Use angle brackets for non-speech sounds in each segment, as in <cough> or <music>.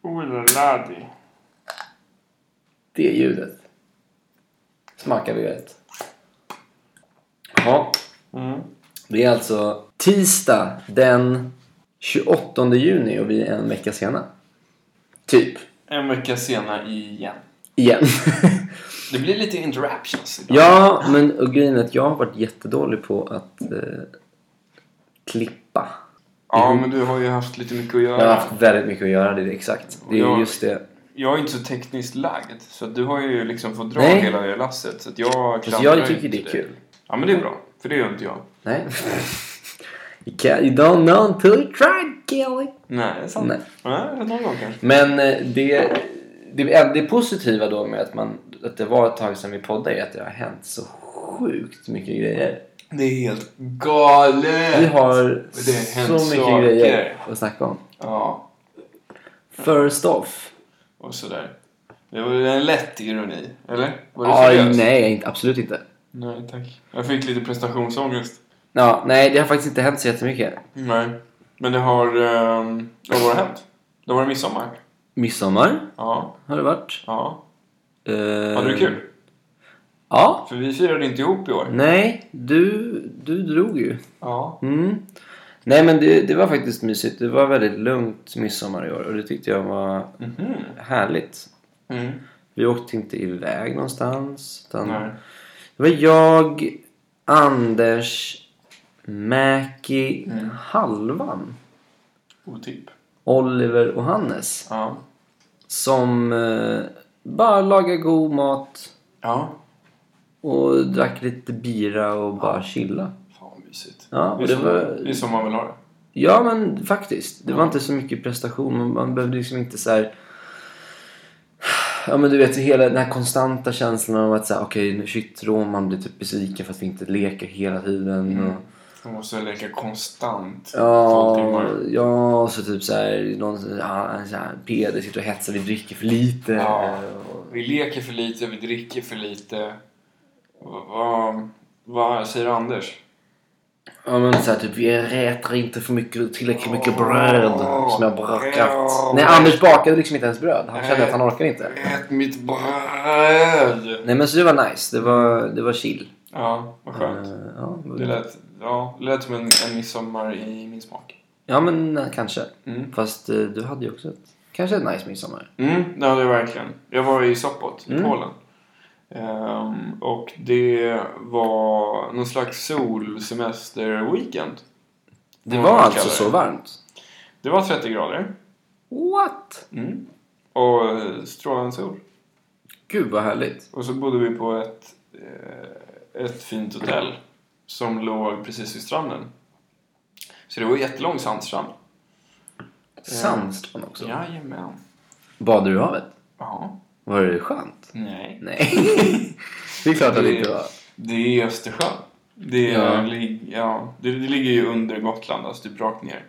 Olaladi. Det ljudet. Smakar vi rätt. Ja, Mm. det är alltså tisdag den 28 juni och vi är en vecka sena. Typ. En vecka senare igen. Igen. <laughs> Det blir lite interruptions idag. ja, men och grejen är att jag har varit jättedålig på att eh, klippa. mm. ja, men du har ju haft lite mycket att Jag har göra. haft väldigt mycket att göra, det är exakt. Det är Ja. just det. Jag är inte så tekniskt lagd, så att du har ju liksom fått dra Nej. hela det lasset. Så att jag Fast klandrar jag tycker inte det är dig. kul. Ja, men det är bra. För det gör inte jag. Nej. <laughs> You, can't, you don't know until you try, Kelly. Nej, det är sant. Nej. Nej, någon gång kanske. Men eh, det, det, det positiva då med att, man, att det var ett tag sedan vi poddade är att det har hänt så sjukt mycket grejer. Det är helt galet! Vi har Det har hänt så mycket saker. grejer att snacka om. Ja, First off. och sådär. Det var ju en lätt ironi, eller? Var det Aj, seriöst? nej, inte, absolut inte. Nej, tack. Jag fick lite prestationsångest. Ja, nej, det har faktiskt inte hänt så jättemycket. Nej. Men det har... ehm, Vad var det hänt? Det var det midsommar. Midsommar Ja. har det varit. Ja. Uh, Hade du kul? Ja. För vi firade inte ihop i Mm. år. Nej, du, du drog ju. Ja. Mm. Nej men det, det var faktiskt mysigt. Det var väldigt lugnt midsommar i år och det tyckte jag var Mhm. härligt. Mm. Vi åkte inte iväg någonstans. Utan Nej. det var jag, Anders, Mäki, Halvan, Otipp. Oliver och Hannes. Ja. Som eh, bara lagade god mat Ja. och drack lite bira och bara chilla. Fan vad mysigt. Ja, det, och är det så, var- det är så man vill ha det. Ja men faktiskt. Det var inte så mycket prestation. Man, man behövde liksom inte så här... Ja men du vet hela den här konstanta känslan av att säga okej nu shit Roman blir typ besviken för att vi inte leker hela tiden. Och, Man måste leka konstant. Två ja, timmar. ja och så typ så här, någon så- ja, så här, Peder sitter och hetsar vi dricker för lite. Ja. Och, Vi leker för lite, vi dricker för lite. Vad- Vad... Vad säger Anders? ja men så här, typ vi äter inte för mycket, tillräckligt mycket bröd som jag Ja. bakat. Nej Anders bakade liksom inte ens bröd. Han kände Nej. att han orkade inte. Ät mitt bröd! Nej men så det var nice. Det var, det var chill. Ja, vad skönt. Eh, Ja, Det lät, ja, det lät som en, en midsommar i min smak. ja men eh, kanske. Mm. Fast eh, du hade ju också ett, kanske ett nice midsommar. Mm, det hade jag verkligen. Jag var i Sopot i Mm. Polen. Ehm, och det var någon slags solsemester-weekend. Det Om var man kan alltså kalla så det. varmt. Det var 30 grader. What? Mm. Och eh, strålande sol. Gud vad härligt. Och så bodde vi på ett, eh, ett fint hotell som låg precis vid stranden. Så det var jättelång sandstrand. Sandstrand också. Jajamän. Badade du i havet? Ja. Var det skönt? Nej. Nej. <laughs> det är klart att det inte var. Det är Östersjön. Det, är, Ja. lig- ja, det, det ligger ju under Gotland, alltså typ rakt ner.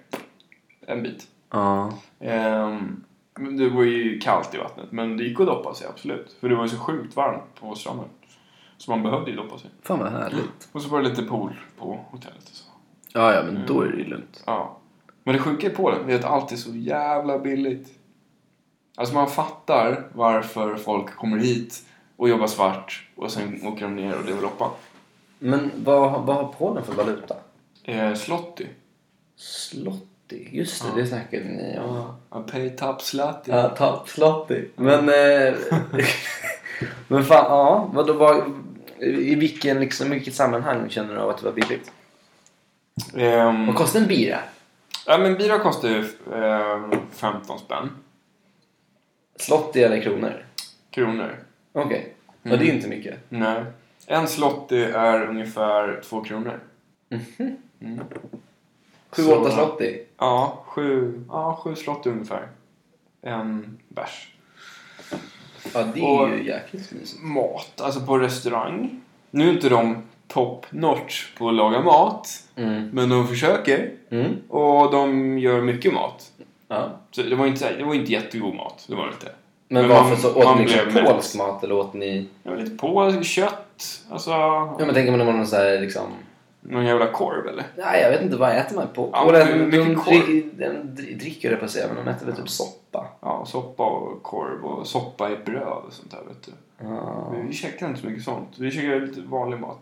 En bit. Ja. Ehm, men det var ju kallt i vattnet, men det gick att doppa sig absolut. För det var ju så sjukt varmt på stranden. Så man behövde ju doppa sig. Fan vad härligt. Och så var det lite pool på hotellet och så. Ja, ja men då är det ju lugnt. Ja. Men det sjuka i Polen är att allt är så jävla billigt. Alltså man fattar varför folk kommer hit och jobbar svart och sen åker de ner och developar. Men vad, vad har Polen för valuta? Eh, Slotty. Slotti. Just det, det snackade ni om. A pay top slutty. Ja, ta Zlati. Men... <laughs> Eh, men fan, ja. Vadå, var, I vilken, liksom, vilket sammanhang känner du av att det var billigt? Ehm, Vad kostar en bira? ja, men bira kostar ju ehm, 15 spänn. Zloty eller kronor? Kronor. Okej. Och det är inte mycket. Nej. En slotty är ungefär 2 kronor. Mm. Sju, Så- åtta Zloty. Ja, sju, ja, sju slotty ungefär. En bärs. Ja, det är Och- ju jäkligt mysigt. Mat, alltså på restaurang. Nu är inte de top notch på att laga mat. Mm. Men de försöker. Mm. Och de gör mycket mat. Ja. Så det var inte, så här- det var inte jättegod mat. Det var det inte. Men, Men varför man- så åt man ni liksom blev mätt. polsk mat eller åt ni... Ja, men lite på kött. Alltså, Ja, men tänker man om man har så här liksom... någon jävla korv eller? Nej, jag vet inte. Vad äter man på? Ja, Polen, hur de, mycket de, korv? dri- de dri- dricker, höll jag på att säga, men de äter väl typ soppa. Ja, Ja, soppa och korv och soppa i bröd och sånt där vet du. Ja. Vi käkar inte så mycket sånt. Vi käkar lite vanlig mat.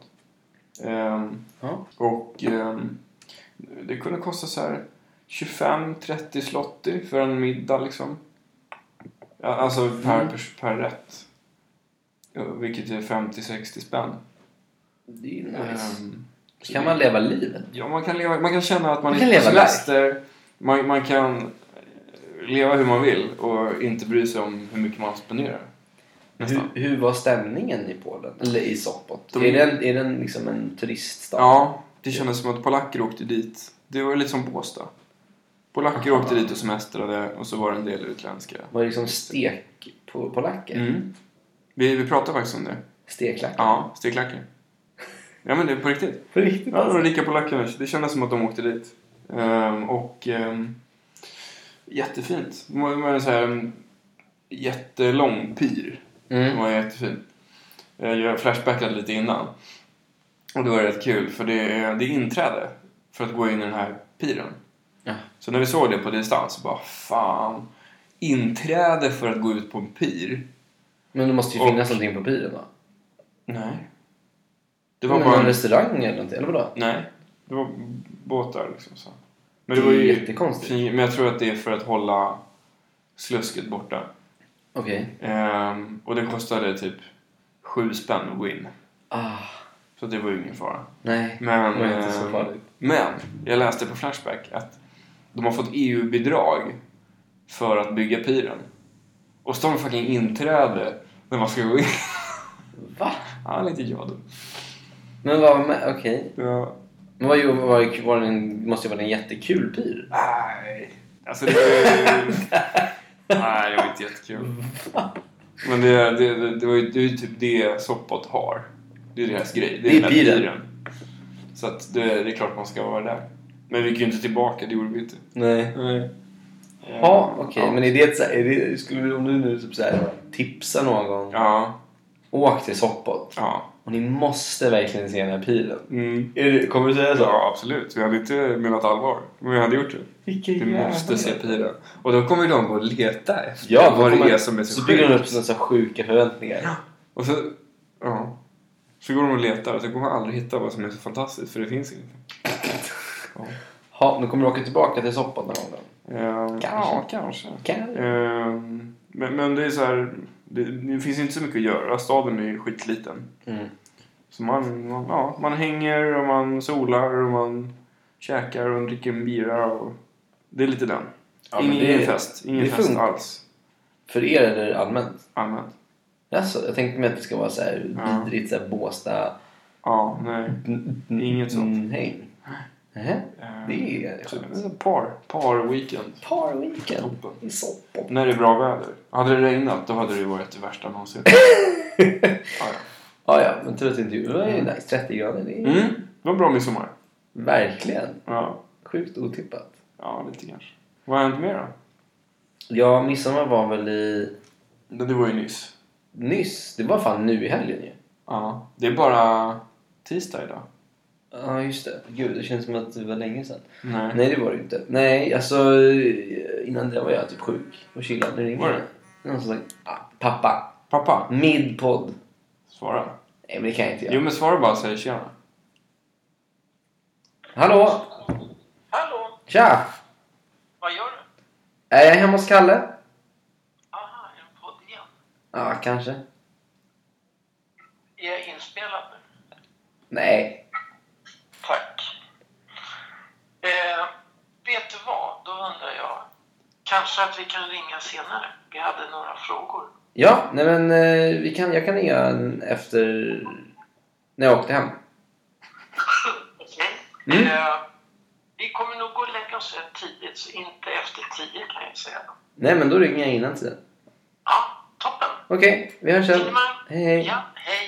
Ehm, Ja. och ehm, det kunde kosta så här 25-30 slotti för en middag liksom. Ja, Alltså Mm. per, pers- per rätt. Ja, Vilket är 50-60 spänn. Det är ju Ehm, så Kan det- man leva livet? Ja, man kan, leva, man kan känna att man, Man är kan på leva semester. Man, man kan eh, leva hur man vill och inte bry sig om hur mycket man spenderar. Nästan. Hur, hur var stämningen i Polen? Eller i Sopot? De- Är den, är den liksom en turiststad? Ja, det kändes som att polacker åkte dit. Det var lite som Båstad. Polacker Aha. åkte dit och semestrade och så var det en del utländska. Var det liksom stek på polacker? Mm. Vi, vi pratade faktiskt om det. Steklackar? Ja, steklacker. Ja men det är på riktigt. På riktigt Ja, alltså? de rika polackerna. Det kändes som att de åkte dit. Ehm, och ehm, jättefint. De var- de var en så här en jättelång pir. Den Mm. var jättefin. Eh, Jag flashbackade lite innan. Och det var rätt kul för det är, det är inträde för att gå in i den här piren. Ja. Så när vi såg det på distans så bara fan. Inträde för att gå ut på en pir? Men det måste ju Och- finnas någonting på piren då? Nej. Det Det var en bara en... restaurang eller någonting? Eller vadå? Nej. Det var båtar liksom. Så. Men Det det var är ju ju jättekonstigt. fin, men jag tror att det är för att hålla slusket borta. Okej. Ehm, och det kostade typ sju spänn att gå in. Ah, Så det var ju ingen fara. nej. Men, det var inte så eh, farligt. men jag läste på Flashback att de har fått EU-bidrag för att bygga piren. Och så har de fucking inträde när man ska gå in. <laughs> Va? Ja, lite jag då. Men vad var med? Okej. Ja. Men vad gjorde- var, var den, måste ju vara en jättekul pir. Nej. Alltså det var <laughs> ju... Nej, det var inte jättekul. Men det, det, det, det, var ju, det är ju typ det Soppot har. Det är deras grej. Det är den där piren. Så att det, det är klart man ska vara där. Men vi gick ju inte tillbaka, det gjorde vi inte. Nej. Nej. Ja, okej. Men är det ett så här, är det, skulle du, om du nu typ så här, tipsa någon. Ja, Åk till Sopot. ja. Och ni måste verkligen se den här piren. Mm. Är det, kommer du säga så? Ja, absolut. Vi hade inte menat allvar. Men vi hade gjort det. Vilken Vi jävla- måste se piren. Och då kommer ju de gå och leta efter Ja, vad kommer- det är som är så Så bygger de upp sjukt. sådana så här sjuka förväntningar. Och så, ja. Så går de och letar och så kommer man aldrig hitta vad som är så fantastiskt för det finns ingenting. Ha, men kommer du åka tillbaka till Sopot någon gång då? Ehm, Kanske. Ja, kanske. Kan Ehm, men, men det är så här, det, det finns inte så mycket att göra. Staden är ju skitliten. mm. Så man, man, ja, man hänger och man solar och man käkar och dricker en bira. Och... Det är lite den. Ja, men ingen, det- ingen fest. Ingen det fest funkar. alls. För er är det allmänt? Allmänt. Alltså, jag tänkte mig att det ska vara så här Ja. vidrigt så här Båstad... Ja, nej. Inget sånt. Mm, hej. Nähä. Ehm, Det är så- skönt. det är en par. Par weekend. Par weekend Toppen. i Sopot. När det är bra väder. Hade det regnat då hade det varit det värsta någonsin. ja, ja. Ja, ja, men tur att det inte gjorde det. var ju nice. 30 grader, det är Mm, det var bra midsommar. verkligen Ja, sjukt otippat. ja lite kanske. Vad har hänt mer då? Ja, midsommar var väl i Det, det var ju nyss. nyss. Det var fan nu i helgen ju. Ja, det är bara tisdag idag. Ja, just det. Gud, det känns som att det var länge sedan. Nej. Nej, det var det inte. Nej, alltså innan det var jag typ sjuk och chillad. Nu Var ringde det? någon som sa ah, pappa, Pappa, midpodd. svara. Nej, men det kan jag inte göra. Jo men svara bara och säg tjena. Hallå! Hallå, Tja! vad gör du? Är jag hemma hos Kalle? Aha, är du på igen? Ja, kanske. Är jag inspelad nu? Nej. Tack. Eh, vet du vad? Då undrar jag. Kanske att vi kan ringa senare. Vi hade några frågor. Ja, nej men eh, vi kan, jag kan ringa en efter när jag åkte hem. Okej? Mm. Eh, vi kommer nog gå och lägga oss rätt tidigt, så inte efter tio kan jag säga. Nej, men då ringer jag innan tiden. Ja, toppen. Okej, vi hörs sen. Finemang. Hej, hej. Ja, hej.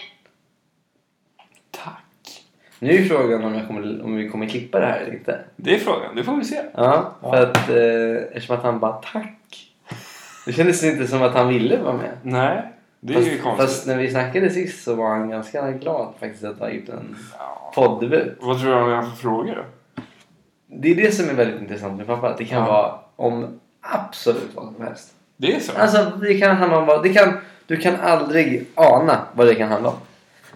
Tack. Nu är frågan om, jag kommer, om vi kommer klippa det här eller inte. Det är frågan, det får vi se. Ja, för att eh, eftersom att han bara tack. Det kändes inte som att han ville vara med. Nej, det är ju Fast, konstigt. fast när vi snackade sist så var han ganska glad faktiskt att ha gjort en Ja. poddebut. Vad tror du han har för frågor då? Det är det som är väldigt intressant med pappa. Att det kan Ja. vara om absolut vad som helst. Det är så? Alltså, det kan handla om vad... Det kan, du kan aldrig ana vad det kan handla om.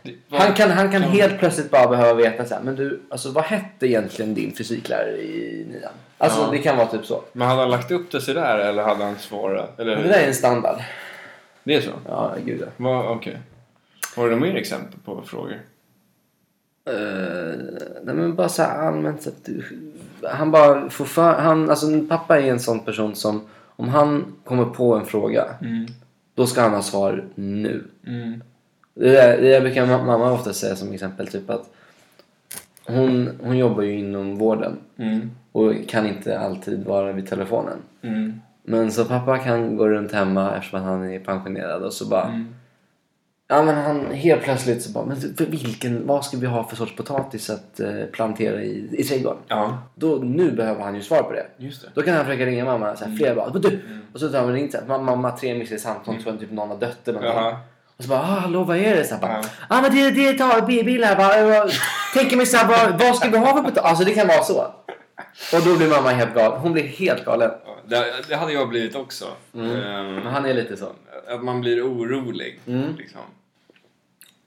Det- vad- Han kan, han kan Ja. helt plötsligt bara behöva veta så här, men du, alltså vad hette egentligen din fysiklärare i nian? Alltså Ja. det kan vara typ så. Men hade han lagt upp det sådär eller hade han svarat? Eller Men hur? det där är en standard. Det är så? Ja, gud ja. Va, okej. Har du några mer exempel på frågor? Eh, nej men bara så här allmänt så att du, Han bara får för, han, alltså pappa är en sån person som om han kommer på en fråga Mm. då ska han ha svar nu. Mm. Det där, det där brukar ma- mamma ofta säga som exempel typ att hon, hon jobbar ju inom vården Mm. och kan inte alltid vara vid telefonen. Mm. Men så pappa kan gå runt hemma eftersom att han är pensionerad och så bara Mm. Ja men han helt plötsligt så bara men för vilken, vad ska vi ha för sorts potatis att eh, plantera i, i trädgården? Ja, Då, nu behöver han ju svar på det. just det. Mm. Då kan han försöka ringa mamma så här, flera bara "Men du! Och så tar han ringt så här, mamma, mamma tre missade samtal tror jag typ någon har dött eller någonting. Jaha. Och så bara, ah, hallå vad är det? Så här, bara, Ja. ah, men det, det tar bil här. Bara, jag tänker mig så här, vad, vad ska vi ha för potatis? Alltså det kan vara så. Och då blir mamma helt galen. Hon blir helt galen. Ja, Det, det hade jag blivit också. Ehm, Men han är lite så. att man blir orolig. Mm. Liksom.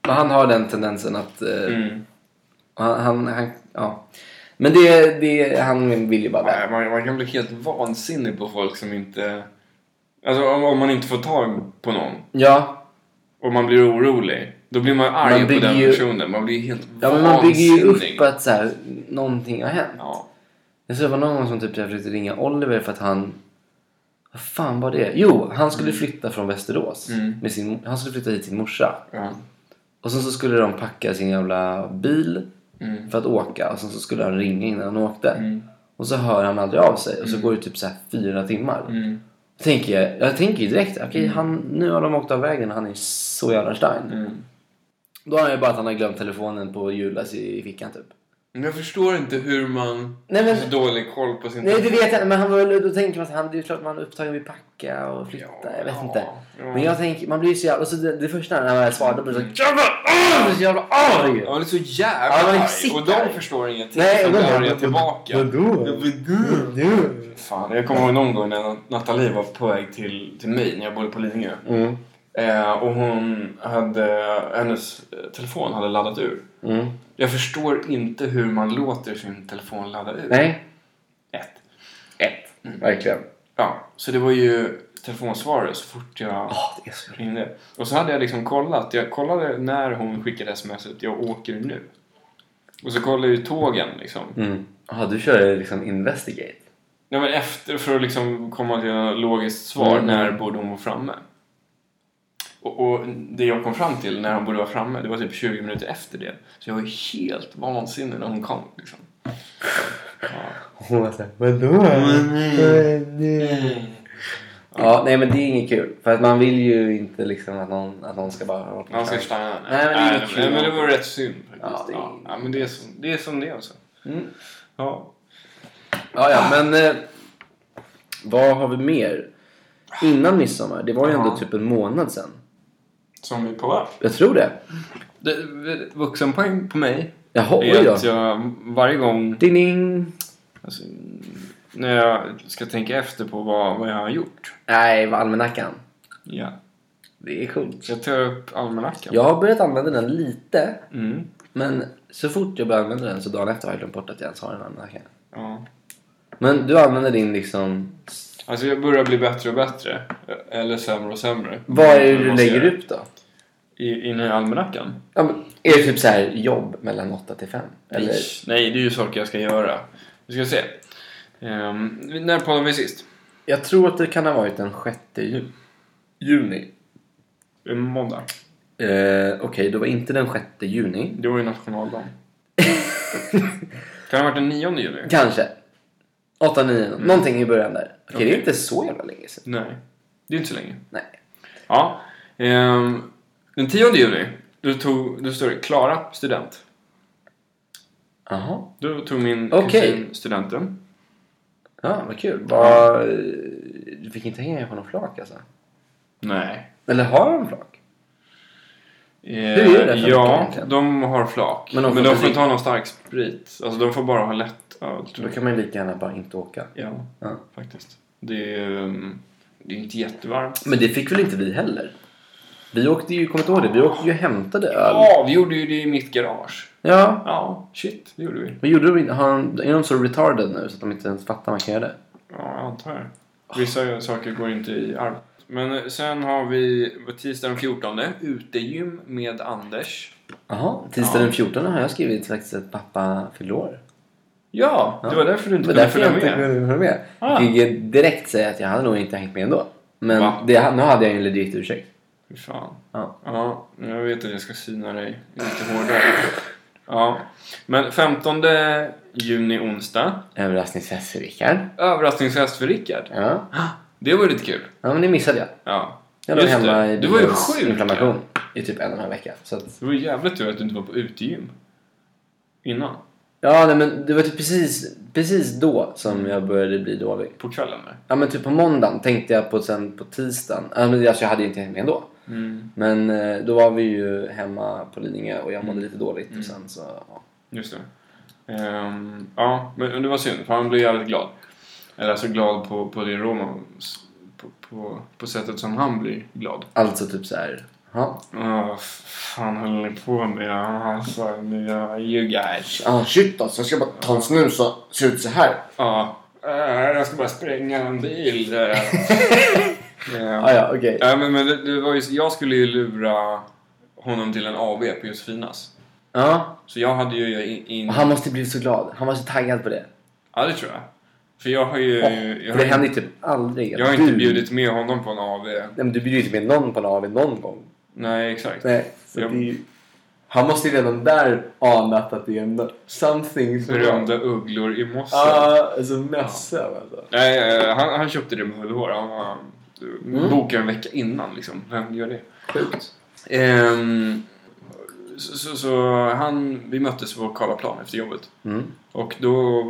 Men han har den tendensen att, eh, Mm. han, han, han, ja. Men det, det, han vill ju bara väl. Nej, Man, man kan bli helt vansinnig på folk som inte... Alltså om, om man inte får tag på någon Ja, och man blir orolig. Då blir man arg Man på bygger den ju- personen. Man blir helt ja men vansinnig. man bygger ju upp att så här, någonting har hänt. Ja. Jag tror det var någon gång som typ jag försökte ringa Oliver för att han... Vad fan var det? Jo, han skulle flytta från Västerås. Mm. Med sin, han skulle flytta hit sin morsa. Ja. Och sen så skulle de packa sin jävla bil Mm. för att åka. Och sen så skulle han ringa innan han åkte. Mm. Och så hör han aldrig av sig. Och så går det typ så här fyra timmar. Mm. Då Tänker jag, jag tänker ju direkt, okej han, nu har de åkt av vägen och han är så jävla stein. Mm. Då har han ju bara att han har glömt telefonen på Julas i fickan typ. Men jag förstår inte hur man Nej, men- har så dålig koll på sin... Nej det vet jag men han var väl, då tänker man att han, det är ju klart man är upptagen vid packa och flytta, Ja, jag vet ja, inte. ja. Men jag tänker, man blir ju så jävla, och så det, det första när man svarar då blir det så jävla arg! Så jävla arg! Ja, man är så jävla Ja, man är arg. sick Och de arg. förstår ingenting. Nej, så och de då- arga tillbaka. Vadå? Ja, men du- Fan, jag kommer ihåg någon gång när Nathalie var på väg till, till mig när jag bodde på Lidingö. Mm, Eh, och hon hade, hennes eh, telefon hade laddat ur. mm. Jag förstår inte hur man låter sin telefon ladda ur. Nej. Ett. Ett. Mm. Verkligen. Ja, så det var ju telefonsvarare så fort jag Ja, det är så ringde. Och Ah, så hade jag liksom kollat. Jag kollade när hon skickade smset. Jag åker nu. Och så kollade jag ju tågen liksom. Mm. Jaha, du kör liksom investigate. Ja, men efter, för att liksom komma till ett logiskt svar, Mm. när borde hon vara framme? Och, och det jag kom fram till, när hon borde vara framme, det var typ 20 minuter efter det. Så jag var ju helt vansinnig när hon kom. Liksom. <laughs> Hon var såhär, vadå? Mm. Ja, nej men det är inget kul. För att man vill ju inte liksom att någon, att någon ska bara hålla på Man ska och köra. stanna. Nej, men det är inget nej, kul. men det var rätt synd faktiskt. Ja, det är- Ja, ja, men det är, som, det är som det är alltså. Mm. Ja. Ja, ja, men eh, vad har vi mer? Innan midsommar, det var ju ändå Ja. typ en månad sen. Som vi på Jag tror det. det, Vuxenpoäng på mig Jaha, oj är då. att jag varje gång Ding, ding. alltså, när jag ska tänka efter på vad, vad jag har gjort. Nej, vad almanackan. Ja. Det är coolt. Jag tar upp almanackan. Jag har börjat använda den lite. Mm. Men så fort jag började använda den så dagen efter har jag glömt bort att jag ens har en almanacka. Ja. Men du använder din liksom... Alltså jag börjar bli bättre och bättre. Eller sämre och sämre. Vad är det du Måste lägger jag- upp då? I, i den här almanackan? Ja, men, är det typ så här jobb mellan 8 till 5? Eller? Ish. Nej, det är ju saker jag ska göra. Vi ska se. Ehm, när poddade vi sist? Jag tror att det kan ha varit den 6 ju- juni. En måndag. Eh, Okej, det var inte den 6 juni. Det var ju <laughs> nationaldagen. kan det ha varit den 9 juli? Kanske. 8, 9, någonting i början där. Mm. Okej, det är Okej. inte så jävla länge sedan. Nej. Det är inte så länge. Nej. Ja. Ehm, den 10 juli, då, tog, då står det Klara student. Jaha. Då tog min Okej. kusin studenten. Ja, vad kul. Vad... Du fick inte hänga på någon flak alltså? Nej. Eller har de flak? Hur är det Eh, för Ja, mycket egentligen? de har flak. Men Men de de får, får inte inte ha någon stark sprit. Alltså de får bara ha lätt öl. tror Då jag. kan man ju lika gärna bara inte åka. Ja, Ja. faktiskt. Det är, um, Det är ju inte jättevarmt. Men det fick väl inte vi heller? Vi åkte ju, kommer du ihåg det? Vi åkte ju och hämtade öl. Ja, vi gjorde ju det i mitt garage. Ja. Ja, shit, det gjorde vi. Vad gjorde de? Har de, är de så retarded nu så att de inte ens fattar man kan göra det? Ja, jag antar det. Vissa saker går inte i arv. Men eh, sen har vi på tisdag den 14 utegym med Anders. Jaha, tisdag Ja. den 14 har jag skrivit faktiskt att pappa fyllde år. Ja, det var därför du Det inte kunde var därför följa jag inte med. kunde följa med. Ah. Jag kan direkt säga att jag hade nog inte hängt med ändå. Va? Men det, nu hade jag ju en legit ursäkt. Fy fan. Ja. Ja, jag vet att jag ska syna dig lite hårdare. Ja, men 15 juni onsdag. Överraskningsfest för Rickard. Överraskningsfest för Rickard. Ja. Det var ju lite kul. ja, men det missade jag. Ja. Jag låg Just det. hemma i Du var ju Billunds sjuk, inflammation i typ en och en halv vecka. Så att, Det var ju jävligt tur att du inte var på utegym. Innan. ja, nej, men det var typ precis, precis då som jag började bli dålig. På kvällen där. Ja men typ på måndagen tänkte jag på sen på tisdagen. Ja, men alltså jag hade ju inte hängt med ändå. Men eh, då var vi ju hemma på Lidingö och jag mådde lite dåligt och sen så... Ja. Just det. Ehm, ja, men det var synd för han blev jävligt glad. Eller alltså glad på, på det Roma... På, på, på sättet som han blir glad. Alltså typ så här. Ja. Ja, vad fan höll ni på med? Alltså, ni, uh, you guys. Ah shit alltså, jag ska bara ta en snus och se ut så här. Ja. Eh, jag ska bara spränga en bil. <laughs> eh. Ja. Ah, ja okej. Ja, men, men det, det var ju, jag skulle ju lura honom till en AV på Josefinas. Ja. Så jag hade ju in... in Och han måste bli så glad. Han var så taggad på det. ja, det tror jag. För jag har ju... jag, För det har, händer ju typ aldrig. att jag har inte du- bjudit med honom på en AV. Nej men du bjuder ju inte med någon på en AW någon gång. Nej, exakt. Nej. Så Ja. det är ju... Han måste ju redan där anat att det är en... Something som... Berömda ugglor i mossen. Ja, alltså mössa alltså. Nej, eh, han, han köpte det med huvudhår. Han var, bokade en vecka innan liksom. Vem gör det? Mm. Sjukt. Ehm, så, så, så han, vi möttes på Karlaplan efter jobbet. Mm. Och då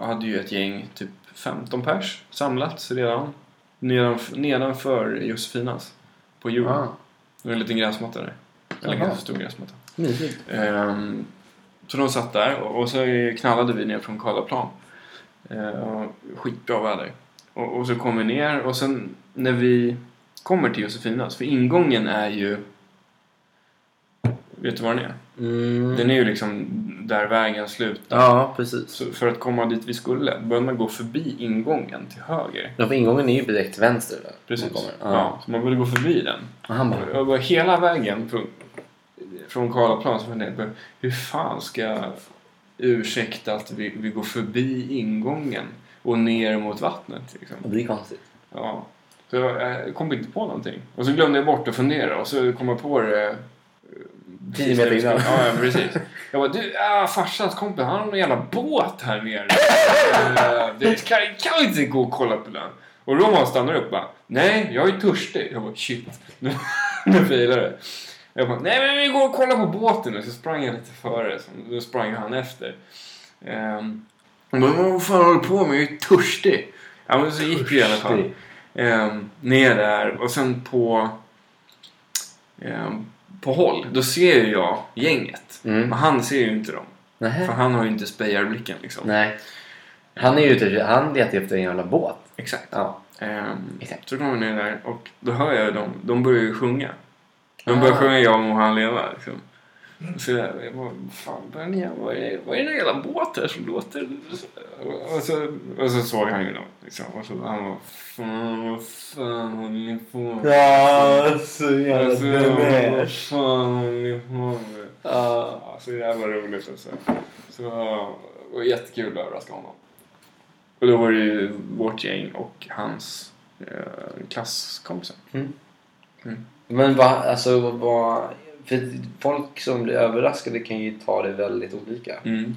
hade ju ett gäng, typ 15 pers, samlats redan. Nedanför, nedanför Josefinas. På jorden. Ah, Det var en liten gräsmatta där. Eller en Jaha. ganska stor gräsmatta. mysigt. Ehm, så de satt där och, och så knallade vi ner från Karlaplan. Uh, skitbra väder. Och, och så kom vi ner och sen när vi kommer till Josefinas, för ingången är ju... Vet du var den är? Mm. Den är ju liksom där vägen slutar. Ja, precis. Så för att komma dit vi skulle började man gå förbi ingången till höger. Ja, för ingången är ju direkt till vänster. va? Man Precis. kommer. Ja. Ja. så man borde gå förbi den. Och han bara... Jag var hela vägen från, från Karlaplan så funderade jag på hur fan ska jag ursäkta att vi, vi går förbi ingången och ner mot vattnet. Liksom. "Ja, Det är konstigt. Ja. Så jag eh, kom inte på någonting. Och så glömde jag bort att fundera och så kom jag på det... eh, Tio meter precis när vi innan. skulle- Ja, ja, precis. Jag bara, du, ah, farsans kompis, han har någon jävla båt här nere. <laughs> Eh, Det kan, kan vi inte gå och kolla på den? Och Roman stannar upp och bara, nej, jag är törstig. Jag bara, shit, nu, <laughs> nu failar det. Jag bara, nej men vi går och kollar på båten. Och så sprang jag lite före, så då sprang han efter. Ehm, och bara, vad fan håller du på med? Jag är törstig. Ja, men så gick vi i alla fall. Ehm, ner där och sen på ehm, på håll, då ser ju jag gänget. Mm. Men han ser ju inte dem. För Nej. han har ju inte spejarblicken liksom. Nej. Han är ju ute... Han letar ju efter en jävla båt. Exakt. Ja. Ehm, Exakt. så kommer vi ner där och då hör jag dem. De börjar ju sjunga. De Ah. börjar sjunga Jag må han leva liksom. Så jag jag bara, fan vad är det- vad är det- vad är den jävla båt här som låter? Och så, och så såg han ju dem liksom. Och så han bara, fan vad fan håller ni på med? Ja, så Alltså, vad fan håller ni på med? Ja. Ja, så jävla roligt alltså. Så det var jättekul att överraska honom. Och då var det ju vårt gäng och hans eh, klasskompisar. Men vad... Alltså vad... För folk som blir överraskade kan ju ta det väldigt olika. Mm.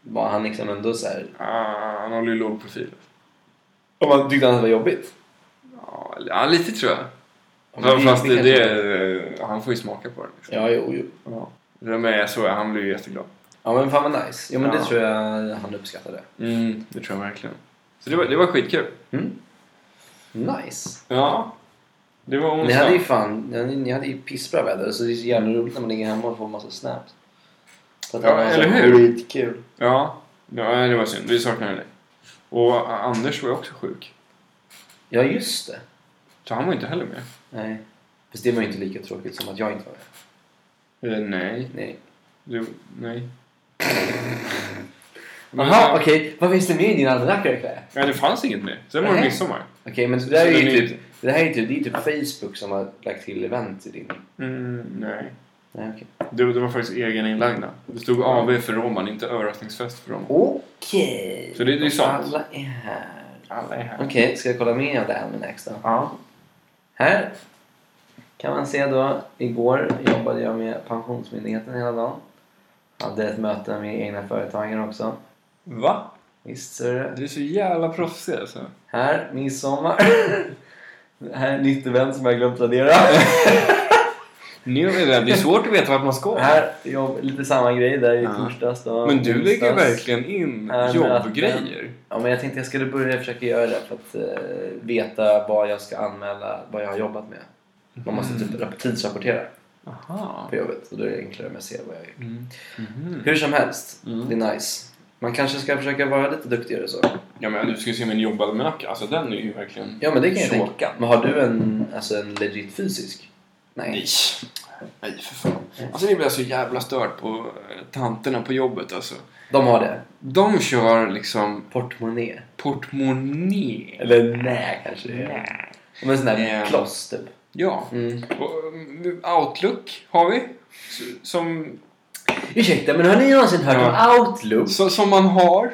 Var han liksom ändå så här... Ah, han håller ju låg profil. Om man tyckte han det var jobbigt. Ja, ja, lite tror jag. Ja, men det- Fast det det, kanske- det, han får ju smaka på det. Liksom. Ja, jo, jo. Ja. Ja. Men jag såg, han blev ju jätteglad. Ja men fan vad nice. Jo men Ja. det tror jag han uppskattade. Mm, det tror jag verkligen. Så det var, det var skitkul. Nice. Ja. Det var Ni onsdag. hade ju fan, ni, ni hade ju pissbra väder så det är så jävla roligt när man ligger hemma och får massa snaps. Så att Ja, det var så eller hur? Skitkul. Ja. ja, det var synd. Vi saknade dig. Och Anders var ju också sjuk. Ja just det. Så han var inte heller med. Nej. Fast det var ju inte lika tråkigt som att jag inte var det. Eh, nej. Nej. Du, nej. Men- Jaha, okej. Vad finns det med i din almanacka Claire? Ja, det fanns inget mer. Sen var det Nej. midsommar. Okej, men det där Så är den är ju inte- typ, det här är ju typ, det är typ Facebook som har lagt till event i din... Mm, nej. Nej, okej. Det, det var faktiskt egeninlagda. Det stod AB för Roman, inte överraskningsfest för Roman. Okej. Så det- det är sant. Alla är här. Alla är här. Okej, ska jag kolla mer av det här med Next då? Ja. Här kan man se då, igår jobbade jag med Pensionsmyndigheten hela dagen. Hade ett möte med egna företagare också. Va? Visst ser du? Du är så jävla proffsig alltså. Här, midsommar. <laughs> här, nytt event som jag glömt radera. <laughs> Nu är det, det är svårt att veta vart man ska. här, jobb, lite samma grej där i Ja. torsdags då. Men du lägger onsdags. verkligen in Här möten. jobbgrejer. Ja, men jag tänkte jag skulle börja försöka göra det för att eh, veta vad jag ska anmäla, vad jag har jobbat med. Man måste typ Mm. rap- tidsrapportera Aha. på jobbet och då är det enklare om jag ser vad jag gör. Mm. Mhm. Hur som helst, Mm. det är nice. Man kanske ska försöka vara lite duktigare så. Ja men du ska se min jobbalmanacka. Alltså den är ju verkligen... Ja, men det kan jag Tjåkan. tänka. Men har du en, alltså, en legit fysisk? Nej. Nej för fan. Alltså det blir jag så jävla stört på eh, tanterna på jobbet alltså. De har det. De kör liksom Portmonnaie. portmonnaie. Eller nej kanske det är. Om en sån där Eh. kloss typ. Ja. Mm. Och, um, Outlook har vi. S- Som, Ursäkta men har ni någonsin hört om Outlook? så- som man har.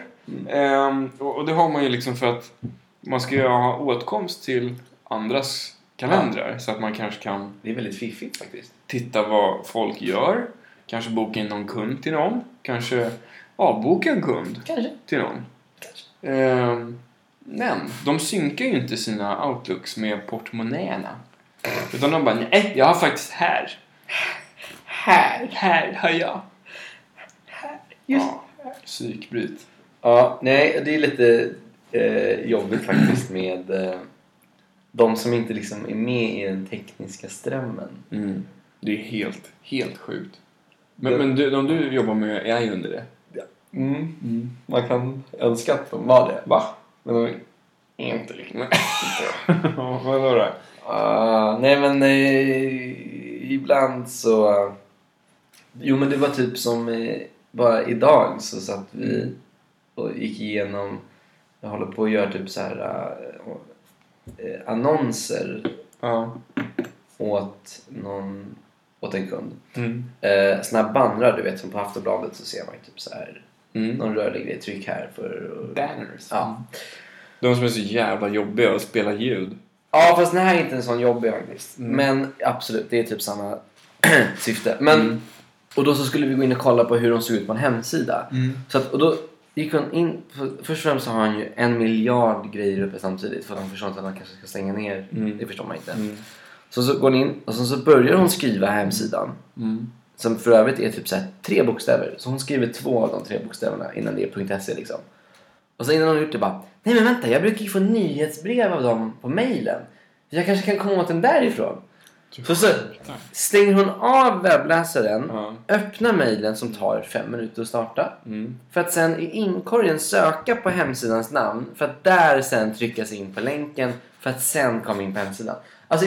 Ehm, och, och det har man ju liksom för att man ska ju ha åtkomst till andras kalendrar. Så att man kanske kan Det är väldigt fiffigt faktiskt. titta vad folk gör. Kanske boka in någon kund till någon. Kanske avboka en kund Kanske. till någon. Ehm, men de synkar ju inte sina outlooks med portmonnäerna. Utan de bara nej, jag har faktiskt här. Här. Här har jag. Just ja, Psykbryt. Ja, nej, det är lite eh, jobbigt faktiskt med eh, de som inte liksom är med i den tekniska strömmen. Mm. Det är helt, helt sjukt. Men, Det- men du, de du jobbar med är ju under det. Mm. Man kan önska att de var det. Va? Men de är inte riktigt. <laughs> Vadå då? Ah, nej, men eh, ibland så... eh, Jo, men det var typ som eh, bara idag så satt vi och gick igenom... Jag håller på att göra typ så här eh, eh, annonser Ja. åt någon åt en kund. Mm. Eh, såna här bannrar du vet som på Aftonbladet så ser man ju typ så här Mm. någon rörlig grej, tryck här för och... Banners. Ja. De som är så jävla jobbiga att spela ljud. ja fast den här är inte en sån jobbig faktiskt. Mm. Men absolut, det är typ samma <clears throat> syfte. Men Mm. och då så skulle vi gå in och kolla på hur de såg ut på en hemsida. Mm. Så att, och då gick hon in, för- först och främst så har han ju en miljard grejer uppe samtidigt för att han förstår inte att han kanske ska stänga ner. Mm. Det förstår man inte. Mm. Så, så går hon in och så, så börjar hon skriva hemsidan. Mm. Som för övrigt är typ så här tre bokstäver. Så hon skriver två av de tre bokstäverna innan det är .se liksom. Och sen innan hon gjort det bara. Nej men vänta, jag brukar ju få nyhetsbrev av dem på mejlen. Jag kanske kan komma åt den därifrån. Så, så stänger hon av webbläsaren. Typ. Ja. Öppnar mejlen som tar fem minuter att starta. Mm. För att sen i inkorgen söka på hemsidans namn. För att där sen trycka sig in på länken. För att sen komma in på hemsidan. Alltså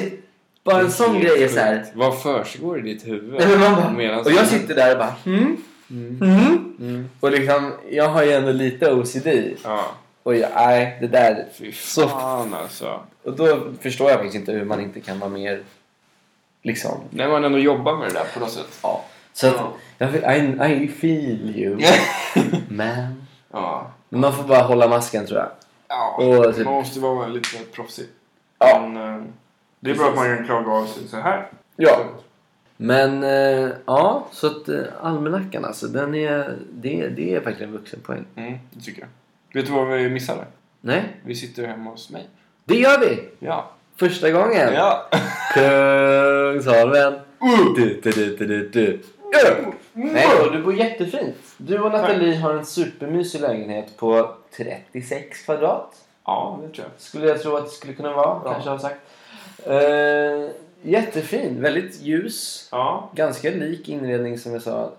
bara en sån Helt grej är så här. sjukt. Vad försiggår i ditt <laughs> Nej, huvud? men man bara, Medans- och jag sitter där och bara mm, mm. Och liksom, jag har ju ändå lite OCD. Ja. Och jag, nej, det där. Fy Så- fan alltså. Och då förstår jag faktiskt inte hur man inte kan vara mer, liksom, När man ändå jobbar med det där på något sätt. ja. Så att, jag, I, I feel you, man. ja. Men man får bara hålla masken tror jag. Ja, Och typ- man måste vara lite proffsig. Ja. Men, eh, det är bra att man kan klaga av sig så här. Men, eh, ja, så att eh, almanackan alltså, den är, det, det är verkligen vuxenpoäng. Mm, det tycker jag. Vet du vad vi missade? Nej, Vi sitter hemma hos mig. det gör vi! Ja. Första gången. Ja. Kungsholmen. Du, du, du, du, du, du. Nej, och du bor jättefint. Du och Nathalie har en supermysig lägenhet på 36 kvadrat. Ja, det tror jag. Skulle jag tro att det skulle kunna vara. Kanske jag har sagt. Eh, jättefin. Väldigt ljus. Ja. Ganska lik inredning som jag sa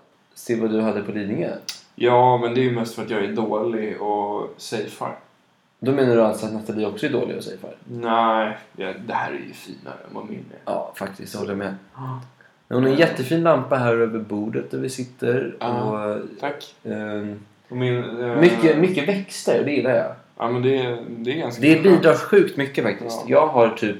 till vad du hade på Lidingö. Ja, men det är ju mest för att jag är dålig och safear. Då menar du alltså att Nathalie också är dålig och säger för? Nej, ja, det här är ju finare än vad min är. Ja, faktiskt. Jag håller med. Hon har en jättefin lampa här över bordet där vi sitter. Ja. Och, Tack. ehm, Och min, eh, mycket, mycket växter, det gillar jag. Ja, men det, är- det är ganska Det skönt. bidrar sjukt mycket faktiskt. Ja. Jag har typ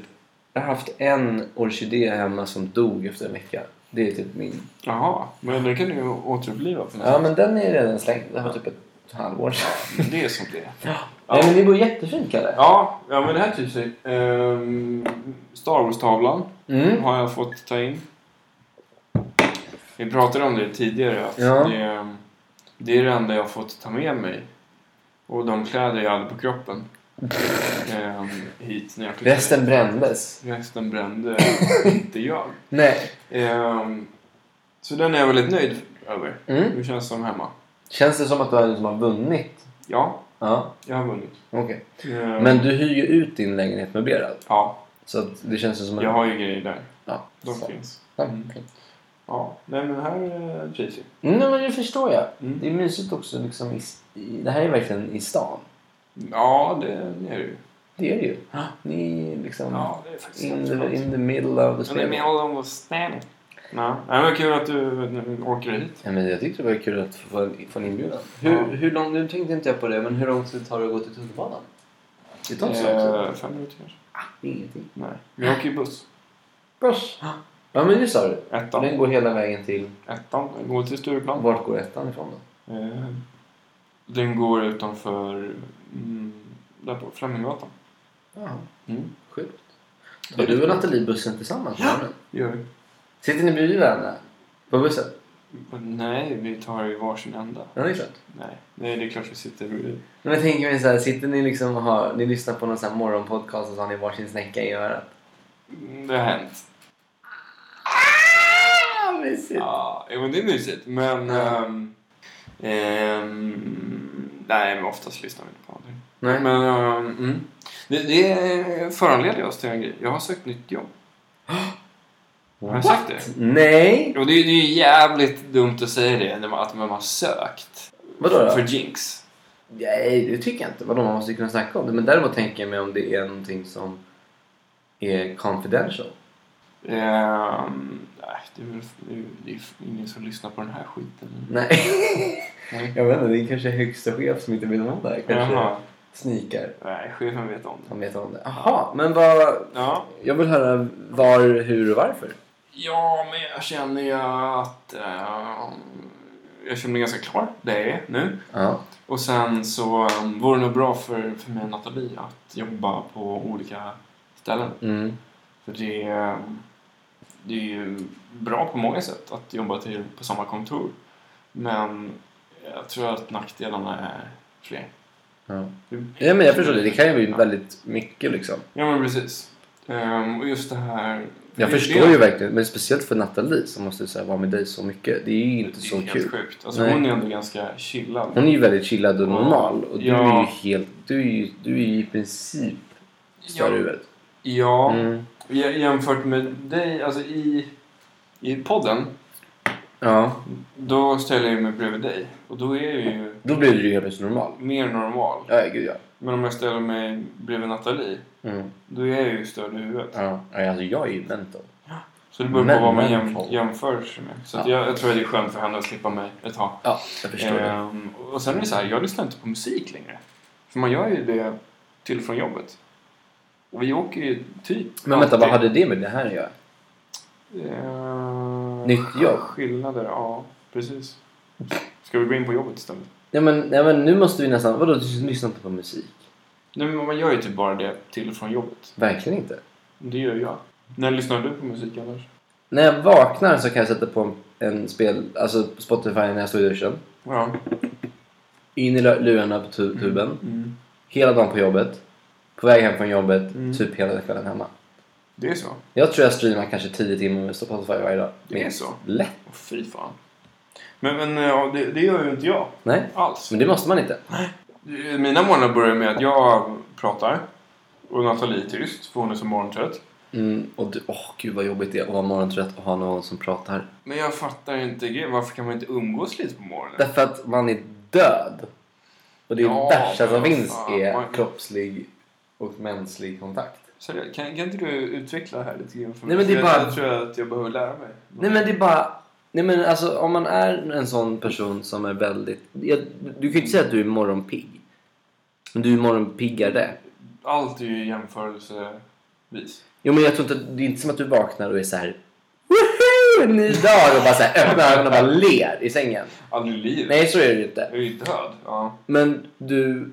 jag har haft en orkidé hemma som dog efter en vecka. Det är typ min. Jaha, men den kan du ju återuppliva på något Ja men den är redan slängd. Det var typ ett halvår sedan. sätt. Det är som det är. Ja. Nej men det går jättefint Kalle. Ja, ja men det här typ sig. Ehm, Star Wars-tavlan Mm. har jag fått ta in. Vi pratade om det tidigare. Att Ja. det, det är det enda jag har fått ta med mig. Och de kläder jag hade på kroppen. Ehm, hit när jag flyttade. Resten brändes. Resten brände inte jag. Nej. Ehm, så den är jag väldigt nöjd över. Mm. Nu känns det som hemma. Känns det som att du liksom har vunnit? Ja, Ja, jag har vunnit. okej. Ehm, Men du hyr ju ut din lägenhet möblerad. Ja, Så att det känns ju som en... jag har ju grejer där. Ja. De så. finns. Ja. Mm. Ja, nej men här är priset. Nej men det förstår jag. Mm. Det är mysigt också liksom i, i... Det här är verkligen i stan. Ja, det är det ju. Det är det ju. Ni är liksom... Ja, det är faktiskt In sant. the, in the middle of the Men det är spel. med alla de stämning. Nej, men kul att du eh, orkar hit. Ja, men jag tyckte det var kul att få, få en inbjudan. Hur, Ja. hur långt, nu tänkte inte jag på det, men hur långt tid tar det att gå till tunnelbanan? Det tar inte så lång tid. Ah, Eh, Fem minuter kanske. Ingenting. Nej. Vi åker ju buss. Börs! Ja men det sa du. Den Ettan. går hela vägen till... Ettan. Den går till Stureplan. Vart går ettan ifrån då? Eh, Den går utanför... mm, Där på Fleminggatan. Jaha, Mm. sjukt. Tar du och Nathalie bussen tillsammans? Ja. morgonen? Gör vi. Sitter ni bredvid varandra? På bussen? Nej, vi tar ju varsin ända. Ja, det är klart. Nej, Nej det är klart vi sitter bredvid. Men jag tänker mig så här, sitter ni liksom och har... Ni lyssnar på någon sån här morgonpodcast och så har ni varsin snäcka i örat? Mm, Det har hänt. Ja, mysigt. Ja, jo, men det är mysigt. Men... Ja. ehm, ehm, nej, men oftast lyssnar vi inte på någonting. Nej. Men, ehm, mm. det, det föranleder oss till en grej. Jag har sökt nytt <gasps> jobb. Har jag sagt det? Nej! Och det, är- det är ju jävligt dumt att säga det, när man, att man har sökt. Vadå då? För Jinx. Nej, det tycker jag inte. Vadå, man måste ju kunna snacka om det. Men däremot tänker jag mig om det är någonting som är confidential. Ehm, nej, det är väl det är, det är ingen som lyssnar på den här skiten. Nej. Nej. jag vet inte, det är kanske högsta chef som inte vet om det här. Kanske Jaha. sneakar. Nej, chefen vet om det. Han vet om det. Jaha, men vad... Ja. Jag vill höra var, hur och varför. Ja, men jag känner ju att... ehm, jag känner mig ganska klar. Det är jag nu. Ja. Och sen så um, vore det nog bra för, för mig och Nathalie att jobba på olika ställen. Mm. För det, ehm, det är ju bra på många sätt att jobba till, på samma kontor. Men jag tror att nackdelarna är fler. Ja. ja, men jag förstår det. Det kan ju bli Ja. väldigt mycket liksom. Ja, men precis. Ehm, och just det här... Jag det- förstår det- ju verkligen, men speciellt för Nathalie som måste så här, vara med dig så mycket. Det är ju inte så Det är helt kul. sjukt. Alltså, Nej. hon är ändå ganska chillad. Hon är ju väldigt chillad och normal. Och du är ju Ja. helt... Du är ju, du är ju i princip större ja, huvudet. ja Mm. jä- jämfört med dig, alltså i, i podden, Ja. då ställer jag mig bredvid dig. Och då är jag ju Då blir du ju helt plötsligt normal. mer normal. Ja, gud ja. Men om jag ställer mig bredvid Nathalie, Mm. då är jag ju störd i huvudet. ja. Nej, Alltså jag är ju mental. Så det beror på vad man jäm, Mental. jämför sig med. Så att Ja. jag, jag tror att det är skönt för henne att slippa mig ett tag. Ja, jag Ehm, och sen är det så här, jag lyssnar inte på musik längre. För man gör ju det till och från jobbet. Och vi åker ju typ Men vänta, vad alltid- hade det med det här att göra? Eh, Nytt jobb. Skillnader, ja. Precis. <laughs> Ska vi gå in på jobbet istället? Nej men, nej men nu måste vi nästan... Vadå, du lyssnar inte på musik? Nej, men man gör ju typ bara det till och från jobbet. Verkligen inte. Det gör jag. När lyssnar du på musik annars? När jag vaknar så kan jag sätta på en, en spel... Alltså Spotify när jag står i duschen. Ja. In i lu- lurarna på tu- tuben. Mm. Hela dagen på jobbet. På väg hem från jobbet. Mm. Typ hela kvällen hemma. Det är så? Jag tror jag streamar kanske 10 timmar med Spotify varje dag. Det är så? Lätt. Åh, fy fan. Men, men ja, det, det gör ju inte jag Nej. alls. Men det måste man inte. Mina morgnar börjar med att jag pratar. Och Nathalie är tyst, för hon är så morgontrött. Mm, och du, åh gud vad jobbigt det är att vara morgontrött och ha någon som pratar. Men jag fattar inte grejen. Varför kan man inte umgås lite på morgonen? Därför att man är död. Och det Ja, värsta som men finns fan, är man- kroppslig och mänsklig kontakt. Så kan, kan inte du utveckla det här lite grann? För Nej, mig? men det är För jag- bara- Jag tror att jag behöver lära mig. Nej men det är bara... Nej men alltså om man är en sån person som är väldigt... Jag, du kan ju inte säga att du är morgonpigg. Men du är morgonpiggare. Allt är ju jämförelsevis. Jo men jag tror inte... Det är inte som att du vaknar och är så här... Woohoo! En ny dag och bara så här öppnar ögonen och bara ler i sängen. Aldrig i livet. Nej så är det ju inte. Jag är ju död. Ja. Men du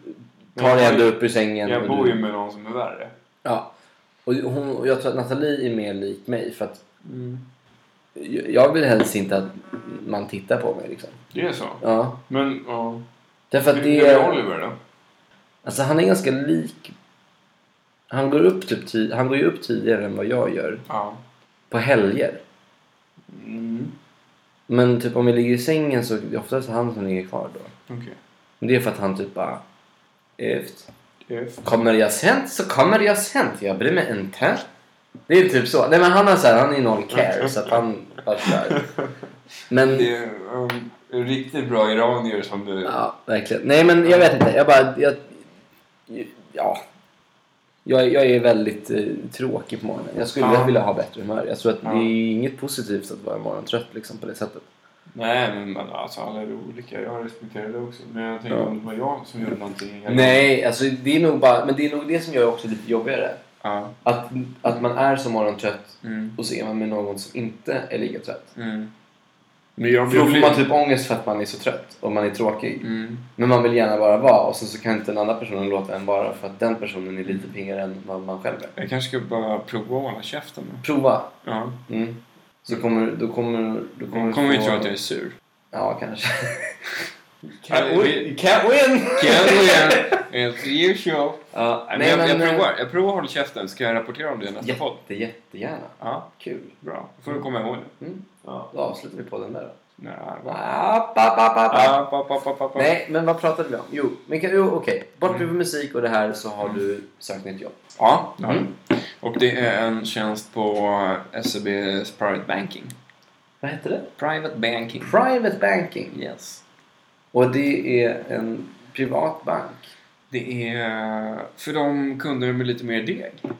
tar Jag dig bor ändå ju- upp ur sängen. Jag och bor du, ju med någon som är värre. Ja. Och, hon, och jag tror att Nathalie är mer lik mig för att Mm. jag vill helst inte att man tittar på mig liksom. Det är så. Ja. Men ja. Därför att Hur det hur är Oliver då? Alltså han är ganska lik... Han går, upp typ ti- han går ju upp tidigare än vad jag gör. Ja. På helger. Mm. Men typ om jag ligger i sängen så är det oftast han som ligger kvar då. Okej. Men det är för att han typ bara... Efter. Det är f- Kommer jag sent så kommer jag sent. Jag bryr mig inte. Det är typ så. Nej men han har så här, han är noll care så att han bara kör. Men... Det är um, riktigt bra iranier som du... Ja, verkligen. Nej men jag vet inte. Jag bara... Jag, ja. Jag, jag är väldigt eh, tråkig på morgonen. Jag skulle Ja. vilja ha bättre humör. Jag tror att Ja. det är inget positivt att vara morgontrött liksom på det sättet. Nej men men, alltså alla är olika. Jag respekterar det också. Men jag tänker Ja. om det var jag som gjorde någonting. jag- Nej, alltså det är nog bara... Men det är nog det som gör det också lite jobbigare. Ja. Att, att man är så morgontrött Mm. och så är man med någon som inte är lika trött. Mm. Men jag För då får blir- man typ ångest för att man är så trött och man är tråkig. Mm. Men man vill gärna bara vara och sen så kan inte den andra personen låta en vara för att den personen är lite piggare än vad man själv är. Jag kanske ska bara prova att hålla käften då. Prova! Ja. Mm. Så kommer, då kommer, då kommer, Hon du kommer ju få- tro att jag är sur. Ja, <laughs> kanske. Can't win- Can't win! As usual. ja, Nej, men nej, jag, jag men, eh, provar. Jag provar att hålla käften. Ska jag rapportera om det i nästa podd? Jätte, jättegärna. Ja, Kul. bra. Då får du komma ihåg det. Mm. Ja. Då avslutar vi podden där då. Nej, va. Ah, ba, ba, ba, ba. Ah, pa, pa, pa, pa, pa. Nej, men vad pratade vi om? Jo, men kan- jo, okej. Bort med musik och det här så har du sökt nytt jobb. Ja, det har Mm. du. Och det är en tjänst på SEBs Private Banking. Vad heter det? Private Banking. Private banking. Yes. Och det är en privat bank. Det är för de kunder med lite mer deg. Oj,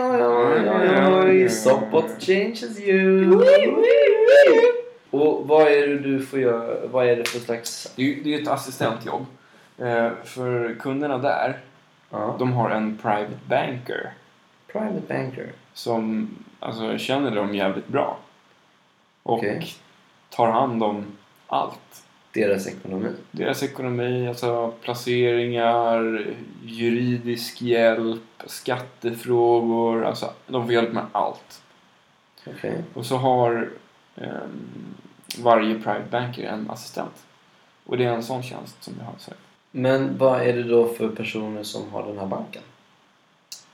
oj, oj, oj, oj. Soppot changes you. Och vad är det du får göra? Vad är det för slags... Det är ju det är ett assistentjobb. Eh, för kunderna där, Ja. de har en private banker. Private banker. som alltså, känner dem jävligt bra. Och Okej. tar hand om allt. Deras ekonomi. Deras ekonomi, alltså placeringar, juridisk hjälp, skattefrågor. Alltså, de får hjälp med allt. Okej. Och så har ehm, varje private banker en assistent. Och det är en sån tjänst som jag har sökt. Men vad är det då för personer som har den här banken?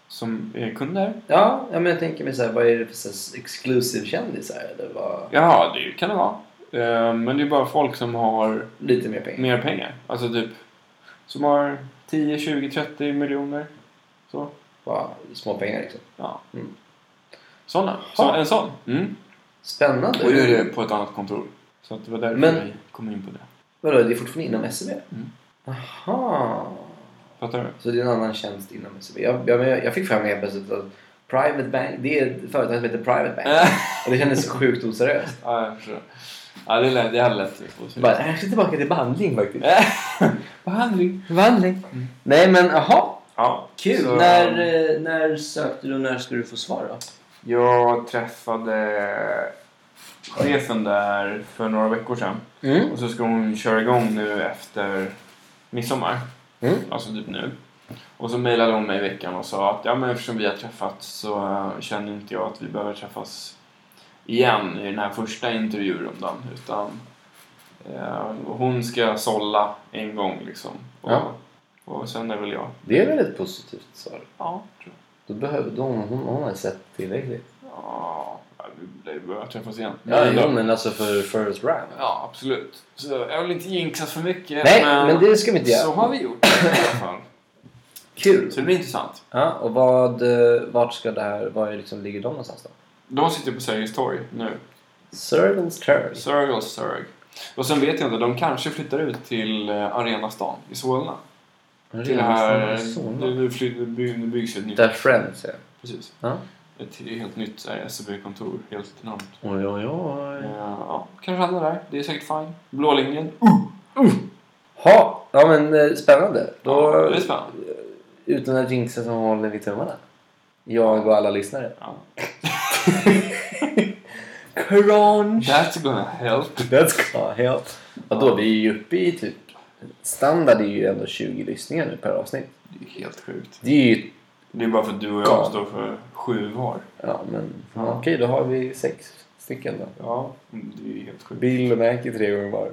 Som är kunder? Ja, ja, men jag tänker mig så här, vad är det för slags exclusive kändisar? Eller vad... Ja, det kan det vara. Eh, men det är bara folk som har Lite mer pengar. mer pengar. Alltså typ som har 10, 20, 30 miljoner. Så. Bara små pengar liksom. Ja. Mm. Sådana. Så, en sån. Mm. Spännande. Och nu är det på ett annat kontor. Så att det var därför Men- vi kom in på det. Vadå, det är fortfarande inom SEB? Mm. Aha. Fattar du? Så det är en annan tjänst inom SEB. Jag, jag, men jag jag fick fram helt plötsligt att Private Bank, det är ett företag som heter Private Mm. Bank. Och det kändes så sjukt oseriöst. <laughs> ja, jag förstår. Ja, det lät, det hade lätt <laughs> Så Bara, "Äh, jag ska tillbaka till behandling faktiskt. Behandling. Behandling? Nej men aha. Ja, Kul! så- När, eh, när sökte du och när ska du få svar då? Jag träffade chefen där för några veckor sedan. Mm. Och så ska hon köra igång nu efter midsommar. Mm. Alltså typ nu. Och så mejlade hon mig i veckan och sa att ja, men eftersom vi har träffats så eh, känner inte jag att vi behöver träffas igen i den här första intervjurundan. Utan eh, hon ska sålla en gång liksom. Och, Ja. och sen är väl jag. Det är väl ett positivt svar? Ja, tror Då behövde hon, hon, hon har sett tillräckligt. jag. Ja, vi vi behöver träffas igen. Ja, Men då- jo, men alltså för first round. ja, absolut. Så jag vill inte jinxa för mycket. Nej, men det ska vi inte göra. Så har vi gjort i alla fall. Kul! Så det blir intressant. Ja, och vad, eh, vart ska det här, var är liksom, ligger de någonstans då? De sitter på Sergels torg nu. Servants Curse. Sergels torg. Och sen vet jag inte, de kanske flyttar ut till eh, Arenastan i Solna. Till det Redan här... från Solna. Nu, fly- nu by- nu byggs ett nytt... Där Friends är. Precis. Ja. Ett helt nytt så här SEB-kontor, helt enormt. Oj, oj, oj. Eh, ja, kanske hamnar där. Det är säkert fine. Blå linjen. Ha, ja men eh, spännande. Då, Ja, det är spännande. utan att jinxa så håller vi tummarna. Jag och alla lyssnare. Ja. <laughs> <laughs> Crunch! That's gonna help. That's gonna help. Vadå, vi är ju uppe i typ... Standard är ju ändå 20 lyssningar nu per avsnitt. Det är helt sjukt. Det är ju... Det är bara för att du och jag Galet. står för sju var. Ja men Ja. okej, då har vi sex stycken då. Ja, Mm, det är helt sjukt. Bill och Mac är tre gånger <laughs> var.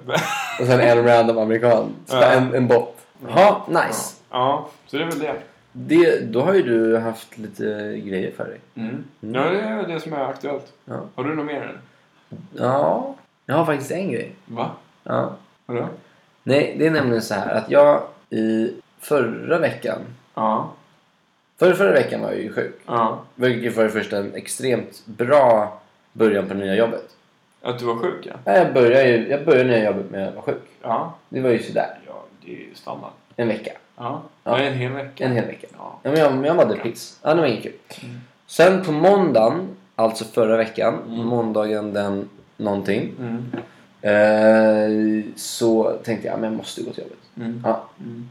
Och sen en random amerikan. Så Ja. En, en bot. Ja, nice. Ja. ja, så det är väl det. Det, då har ju du haft lite grejer för dig. Mm. Ja, det är väl det som är aktuellt. Ja. Har du något mer? än? Ja, jag har faktiskt en grej. Va? Ja. Vadå? Nej, det är nämligen så här att jag i förra veckan. Ja. Förra, förra veckan var jag ju sjuk. Ja. Vilket var det första en extremt bra början på det nya jobbet. Att du var sjuk, ja. Nej, Jag började, ju, jag började nya jobbet med att jag var sjuk. Ja, Det var ju sådär. ja det är ju standard. En vecka. Ja. ja. Ja. En hel vecka. En hel vecka. Ja. Ja, men jag, men jag mådde piss. Ja, det var inget kul. Sen på måndagen, alltså förra veckan, måndagen den någonting. Mm. Eh, så tänkte jag, men jag måste gå till jobbet. Mm. Ja, Mm.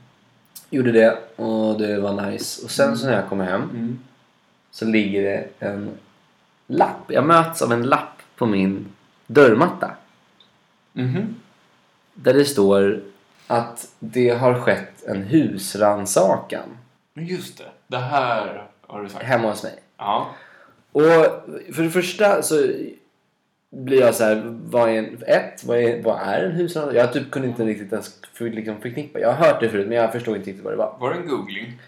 gjorde det och det var nice. Och sen så när jag kom hem Mm. så ligger det en lapp. Jag möts av en lapp på min dörrmatta. Mhm. Där det står att det har skett en husransakan Men Just det. Det här har du sagt. hemma hos mig. Ja. Och för det första så blir jag så här, vad är en, ett, vad är, vad är en husrannsakan? Jag typ kunde inte riktigt ens för, liksom förknippa. Jag har hört det förut men jag förstod inte riktigt vad det var. Var det en googling?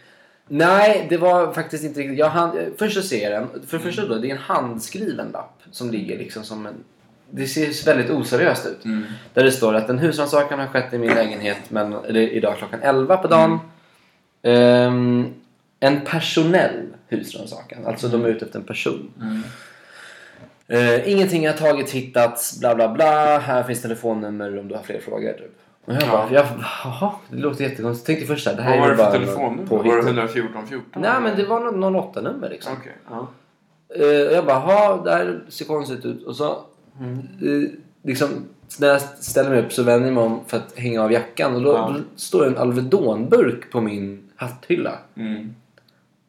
Nej, det var faktiskt inte riktigt. Jag hann, först så ser jag den. För det första Mm. då, det är en handskriven lapp som ligger liksom som en... Det ser väldigt oseriöst ut. Mm. Där det står att en husrannsakan har skett i min lägenhet men, eller idag klockan 11 på dagen. Mm. Ehm, en personell husrannsakan. Alltså de är ute efter en person. Mm. Eh, ingenting har tagits, hittats, bla bla bla. Här finns telefonnummer om du har fler frågor. Typ. Och jag bara, Ja. jag, jaha, det låter jättekonstigt. Tänkte först såhär, det här Vad var är det väl för bara något telefonnummer? påhitt. Var det 114 14? Nej men det var något 08-nummer liksom. Okej. Ja. Eh, och jag bara, jaha, det här ser konstigt ut. Och så Mm. eh, liksom, när jag ställer mig upp så vänder jag mig om för att hänga av jackan. Och då, Ja. då står det en Alvedonburk på min hatthylla. Mm.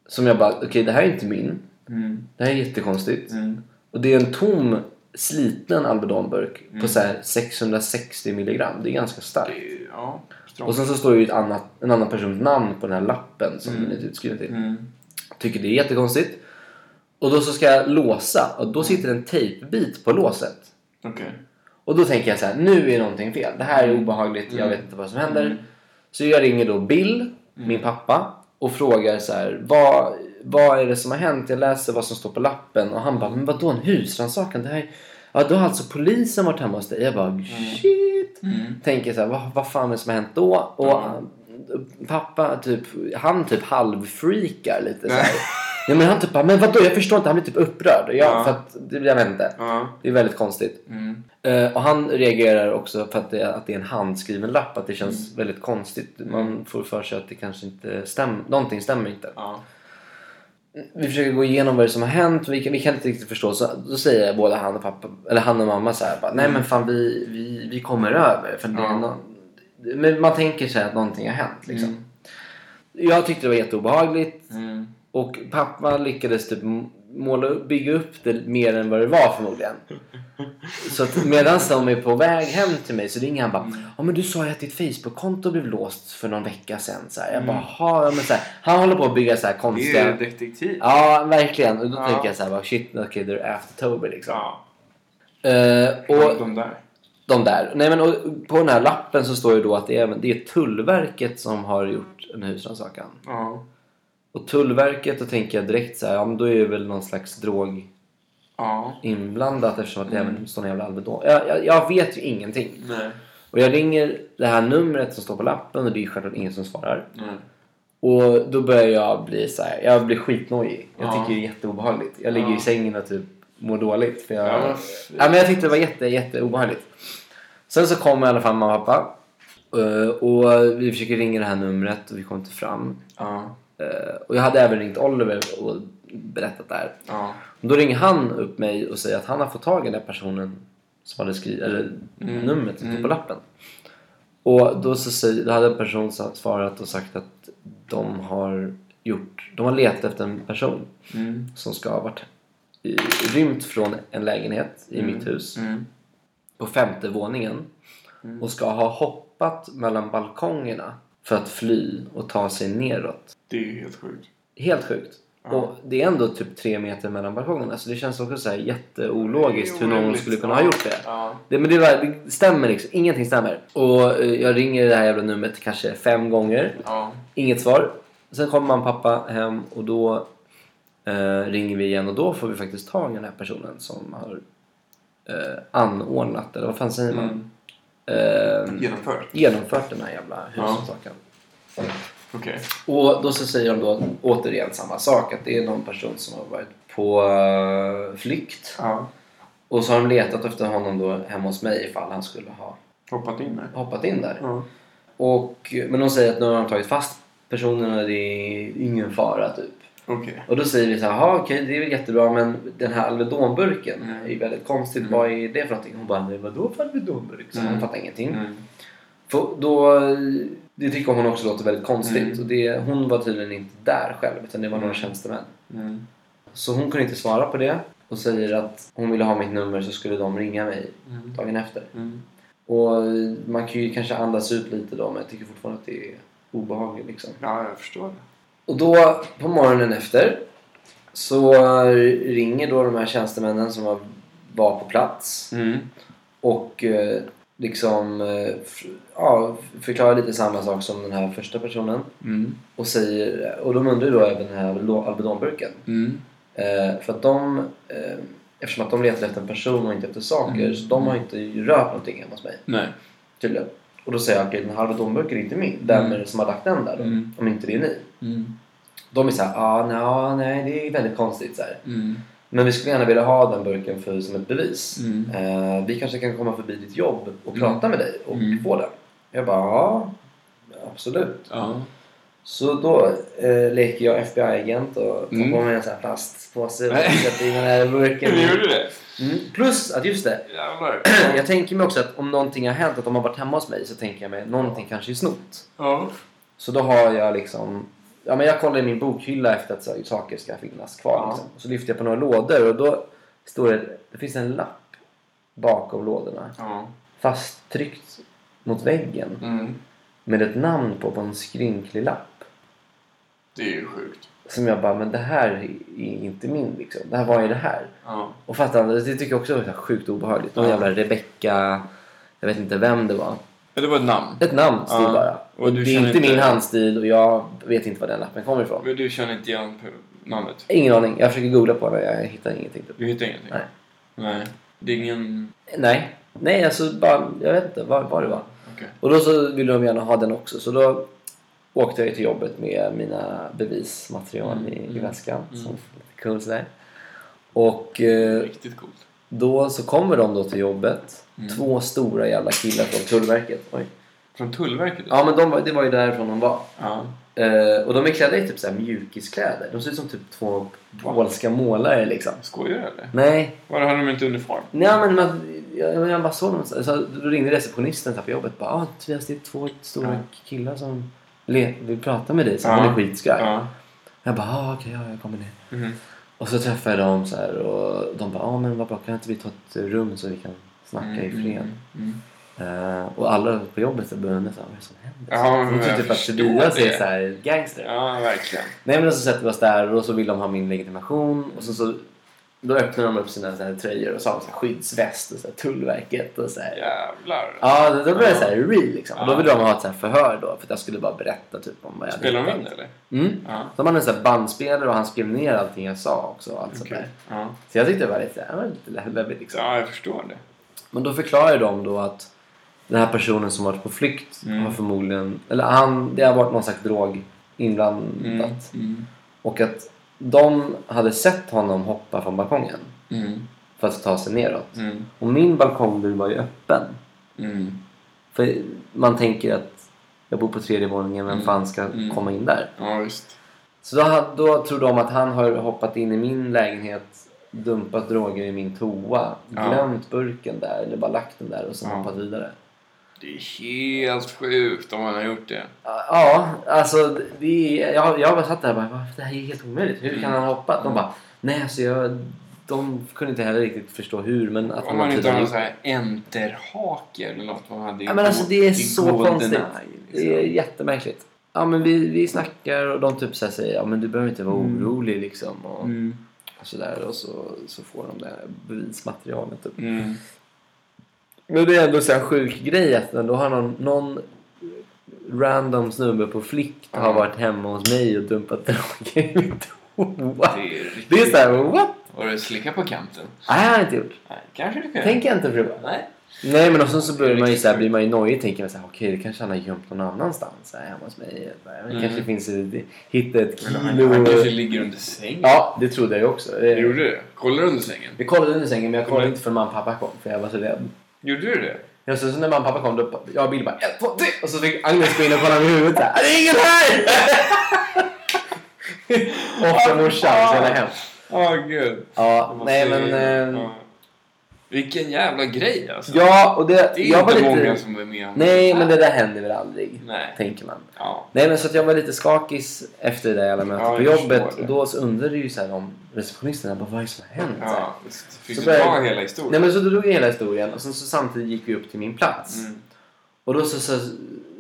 Som jag bara, okej det här är inte min. Mm. Det här är jättekonstigt. Mm. Och det är en tom, sliten Alvedonburk Mm. på så här 660 milligram. Det är ganska Det starkt. är- Ja. Och Strångt. sen så står det ju ett annat, en annan persons namn på den här lappen som Mm. den är utskriven till. Mm. Tycker det är jättekonstigt. Och då så ska jag låsa och då sitter en tejpbit på låset. Okej. Och då tänker jag så här, nu är någonting fel. Det här Mm. är obehagligt, jag vet inte vad som händer. Så jag ringer då Bill, Mm. min pappa, och frågar så här, vad, vad är det som har hänt? Jag läser vad som står på lappen och han bara, men vadå en husrannsakan? Det här... Ja, då har alltså polisen varit hemma hos dig. Jag bara, shit! Mm. Tänker så här, vad, vad fan är det som har hänt då? Och eh, pappa, typ, han typ halvfreakar lite så här. <laughs> Ja, men han typ bara, men vadå? Jag förstår inte. Han blir typ upprörd. Jag, Ja. för att, det- jag vet inte. Ja. Det är väldigt konstigt. Mm. Eh, och han reagerar också för att det, att det är en handskriven lapp. Att det känns Mm. väldigt konstigt. Man får för sig att det kanske inte stämmer. Någonting stämmer inte. Ja. Vi försöker gå igenom vad det är som har hänt. Vi kan, vi kan inte riktigt förstå. Så, då säger både han och, pappa, eller han och mamma så här. Bara, Nej men fan vi, vi, vi kommer över. För det Mm. Ja. är någon, men man tänker sig att någonting har hänt. Liksom. Mm. Jag tyckte det var jätteobehagligt. Mm. Och pappa lyckades typ måla upp, bygga upp det mer än vad det var förmodligen. Så att medan de är på väg hem till mig så ringer han bara. Ja men du sa ju att ditt Facebook-konto blev låst för någon vecka sedan. Så här. Jag bara "Jaha, ja, men så här. Han håller på att bygga så här Mm. Det är konstiga. ju detektiv. Ja verkligen. Och då Ja. tänker jag så här bara shit okej okay, they're after Toby liksom. Ja. Eh, Och och de där. de där. Nej men och på den här lappen så står det då att det är, det är Tullverket som har gjort en husrannsakan. Ja. Och Tullverket, då tänker jag direkt så här, ja men då är det väl någon slags drog Ja. inblandat eftersom att det Mm. även står en jävla Alvedon. Jag, jag, jag vet ju ingenting. Nej. Och jag ringer det här numret som står på lappen och det är självklart ingen som svarar. Nej. Och då börjar jag bli så här, jag blir skitnojig. Jag Ja. tycker det är jätteobehagligt. Jag ligger Ja. i sängen och typ mår dåligt. För jag, Ja, ja, men men f- jag tyckte det var jätte, jätteobehagligt. Sen så kom i alla fall mamma och pappa. Eh, Och vi försöker ringa det här numret och vi kom inte fram. Ja. Eh, Och jag hade även ringt Oliver och berättat det här. Ja. Och Då ringer han upp mig och säger att han har fått tag i den här personen som hade skrivit, eller Mm. numret som stod på Mm. lappen. Och då, så säger, då hade en person så- svarat och sagt att de har gjort, de har letat efter en person Mm. som ska ha varit i, rymt från en lägenhet i mitt hus Mm. på femte våningen och ska ha hoppat mellan balkongerna för att fly och ta sig neråt. Det är ju helt sjukt. Helt sjukt. Ja. Och det är ändå typ tre meter mellan balkongerna. Så det känns också så här jätteologiskt Det är hur någon orimligt. skulle kunna Ja. ha gjort det. Ja. det men det, var, det stämmer liksom. Ingenting stämmer. Och eh, jag ringer det här jävla numret kanske fem gånger. Ja. Inget svar. Sen kommer man pappa hem och då eh, ringer vi igen och då får vi faktiskt tag i den här personen som har eh, anordnat, eller vad fan säger man? Mm. Eh, Genomfört. genomfört den här jävla Ja. husrannsakan. Okej. Och då så säger de då återigen samma sak. Att det är någon person som har varit på eh, flykt. Ja. Och så har de letat efter honom då hemma hos mig ifall han skulle ha Hoppat in där. hoppat in där. Ja. Och, men de säger att nu har de tagit fast personen och det är ingen fara typ. Okej. Och då säger vi så här, "Ja, okej det är väl jättebra men den här Alvedonburken Mm. är ju väldigt konstigt. Mm. Vad är det för någonting? Hon bara, "Nej, vadå för Alvedonburk? Så Mm. hon fattar ingenting. Mm. För då, det tycker hon också låter väldigt konstigt. Mm. Och det, hon var tydligen inte där själv utan det var några Mm. tjänstemän. Mm. Så hon kunde inte svara på det och säger att hon ville ha mitt nummer så skulle de ringa mig Mm. dagen efter. Mm. Och man kan ju kanske andas ut lite då men jag tycker fortfarande att det är obehagligt liksom. Ja, jag förstår det. Och då på morgonen efter så ringer då de här tjänstemännen som var, var på plats Mm. och eh, liksom eh, f- ja, förklarar lite samma sak som den här första personen. Mm. Och, säger, och de undrar ju då även den här Alvedon- Alvedonburken. Mm. Eh, för att de, eh, eftersom att de letar efter en person och inte efter saker, Mm. så de har inte rört någonting hemma hos mig. Nej. Tydligen. Och då säger jag, okej den här Alvedonburken är inte min. Vem Mm. är det som har lagt den där då? Mm. Om inte det är ni. Mm. De är såhär, ah, nja, nej det är väldigt konstigt så här. Mm. Men vi skulle gärna vilja ha den burken för, som ett bevis. Mm. Eh, vi kanske kan komma förbi ditt jobb och Mm. prata med dig och Mm. få den. Jag bara, ja absolut. Ja. Så då eh, leker jag FBI-agent och tar Mm. på mig en sån här plastpåse och Nej. sätter i den här <laughs> burken. Du gjorde det? Mm. Plus att just det. <clears throat> Jävlar. Jag tänker mig också att om någonting har hänt, att de har varit hemma hos mig, så tänker jag mig någonting kanske är snott. Ja. Så då har jag liksom... Ja, men jag kollar i min bokhylla efter att så- saker ska finnas kvar. Ja. Liksom. Så lyfter jag på några lådor och då står det... Det finns en lapp bakom lådorna. Ja. Fasttryckt mot väggen. Mm. Med ett namn på, på en skrynklig lapp. Det är ju sjukt. Som jag bara, men det här är inte min liksom. Det här, vad är det här? Ja. Och fattar han, det tycker jag också var så här sjukt obehagligt. Någon Ja. jävla Rebecca, jag vet inte vem det var. Ja, Det var ett namn. Ett namn stil Ja. bara. Och du det är känner inte inte- min handstil och jag vet inte var den lappen kommer ifrån. Men du känner inte igen p- namnet? Ingen aning, jag försöker googla på den jag hittar ingenting. Typ. Du hittar ingenting? Nej. Nej. Det är ingen... Nej, nej alltså bara, jag vet inte vad, vad det var. Okej. Och då så ville de gärna ha den också så då åkte jag ju till jobbet med mina bevismaterial Mm, i, i mm, väskan. mm. Som lite kul sådär. Och eh, Riktigt coolt. Då så kommer de då till jobbet. Mm. Två stora jävla killar från Tullverket. Oj. Från Tullverket? Ja men de var, det var ju därifrån de var. Ja. Eh, och de är klädda i typ så här mjukiskläder. De ser ut som typ två polska målare liksom. Skojar du eller? Nej, Varför hade de inte uniform? nej men man, jag, jag bara såg dem. Så, så då ringde receptionisten så här på jobbet. Bara, ah, Tobias det är två stora Ja. killar som le, vill prata med dig. Så Ja. de är skitskraj. Ja. Jag bara, ah, okej ja, jag kommer ner. Mhm. Och så träffade jag dem så här och de bara, ah, men vad bra kan inte vi ta ett rum så vi kan snacka i fred. mm. Eh, och alla på jobbet så började såhär, vad är det som händer? Ja, men de tror jag typ att förstår Tobias är det. såhär gangster. Ja, verkligen. Nej men så sätter vi oss där och så vill de ha min legitimation och så, så då öppnar de upp sina så här, tröjor och så har de så här, skyddsväst och så här, Tullverket och såhär. Ja, Jävlar. då då blev det såhär real liksom. Och då ville de ha ett så här, förhör då för att jag skulle bara berätta typ om vad jag Spelar de hade in hittat. eller? Mm. Ja. Så de hade en sån här bandspelare och han skrev ner allting jag sa också. Och allt sånt Okej. där. Ja. Så jag tyckte det var lite, det var lite läbbigt liksom. ja, jag förstår det. Men då förklarar de då att den här personen som varit på flykt Mm. har förmodligen... Eller han, det har varit någon slags drog inblandat. Mm. Mm. Och att de hade sett honom hoppa från balkongen Mm. för att ta sig neråt. Mm. Och min balkongdörr var ju öppen. Mm. För man tänker att jag bor på tredje våningen, vem Mm. fan ska Mm. komma in där? Ja, visst. Så då, ha- då tror de att han har hoppat in i min lägenhet, dumpat droger i min toa, Ja. glömt burken där eller bara lagt den där och sen Ja. hoppat vidare. Det är helt sjukt om han har gjort det. Ja, alltså det är, jag, jag bara satt där och bara, "Va, det här är helt omöjligt. Hur kan Mm. han ha hoppat? De bara, nej så jag, de kunde inte heller riktigt förstå hur men att Om han man inte har tydligen någon gjort sån här enterhake eller något man hade i Ja, men alltså det är i så Goldeneye, konstigt. liksom. Det är jättemärkligt. Ja men vi, vi snackar och de typ så här säger ja men du behöver inte vara Mm. orolig liksom och, Mm. och sådär och så, så får de det här bevismaterialet typ. Mm. Men det är ändå så här sjuk grej att då har någon, någon random snubbe på flykt har Mm. varit hemma hos mig och dumpat droger i mitt toa. Det är Det är riktigt... såhär what? Har du slickat på kanten? Nej det har jag inte gjort. Nej, kanske du kan göra. Tänker jag inte prova. Nej. Nej men och sen så Det är börjar man ju riktigt så här, sjukt. blir man ju nojig tänker man så här, okej det kanske han har gömt någon annanstans så här, hemma hos mig. Det Mm. kanske finns ett, hitta ett Eller han, han kanske kilo. ligger under sängen. Ja det trodde jag ju också. Eh, Gjorde du det? Kollade du under sängen? Vi kollade under sängen men jag kollade Men- inte förrän mamma och pappa kom för jag var så rädd. Gjorde du det? Ja, så, så när mamma och pappa kom då jag och Bill bara ett, två, tre och så fick Agnes gå in och kolla med huvudet såhär. Det är ingen här! och för morsan så jävla hemskt. Åh gud. Ja, Man nej ser- men. Eh, ja. Vilken jävla grej alltså. ja och det. det är jag var inte lite, många som är med om Nej men det här. där händer väl aldrig. Nej. Tänker man. Ja. Nej men så att jag var lite skakis efter det där jävla mötet Ja, på jag jobbet. förstår Och det. då så undrade ju så här om receptionisterna bara vad är det som har hänt? Så här. Ja, visst. Fick Så du började- dra hela historien? Nej men så drog jag hela historien och sen så samtidigt gick vi upp till min plats. Mm. Och då så, så,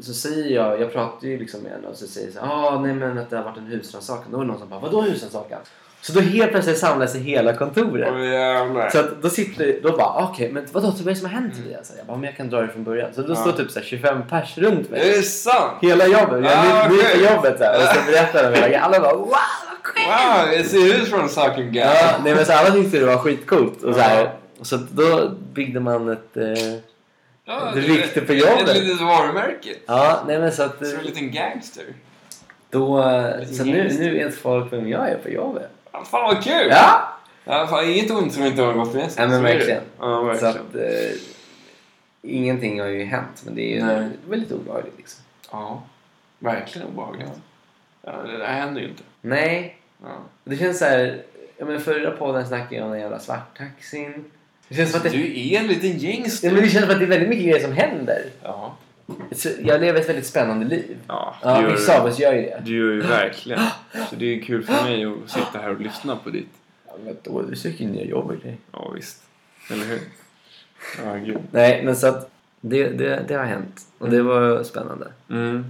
så säger jag, jag pratar ju liksom med henne och så säger jag så här, ah, nej men att det har varit en husrannsakan. Då var det någon som bara vadå husrannsakan? Så då helt plötsligt samlas sig hela kontoret. Åh jävlar. Så att då sitter då bara okej men vadå så vad är det som har hänt? Mm. Jag bara men jag kan dra det från början. Så då Ja. står typ så här 25 pers runt mig. Är det sant? Hela jobbet, jag Ah, är ny- ny okej. på jobbet såhär, och så berättar de hela grejen. Alla bara wow vad sjukt! Wow, it seems from sucking guy. Ja, nej men så alla tyckte det var skitcoolt och så Ja. här, Så att då byggde man ett... Eh, Ja, det du är viktigt vet, för jobbet. Ett litet varumärke. ja, nej men så att... eh, Som en liten gangster. Då, eh, liten så nu, gäst. nu vet folk vem jag är på jobbet. Ja, Fan vad kul! Ja! Ja, fan, inget ont som inte har gått med sig. Ja, men Så är det. verkligen. Ja, Så verkligen. att... Eh, ingenting har ju hänt men det är ju Nej. det var lite obehagligt liksom. Ja, verkligen obehagligt. Ja, det där händer ju inte. Nej, Ja. det känns så här... Ja, men förra podden snackade jag om den jävla svarttaxin. Det känns som att det, Du är en liten ja, gangster. men det känns som att det är väldigt mycket grejer som händer. Ja, Så jag lever ett väldigt spännande liv. ja, Ja, det vissa av gör du. oss gör ju det. Du gör ju <gasps> verkligen. Så det är kul för mig att sitta här och lyssna på ditt. Ja, men då, du söker nya jobb och grejer. Ja, visst. Eller hur? Ja, gud. Nej, men så att det, det, det har hänt. Och det var spännande. Mm.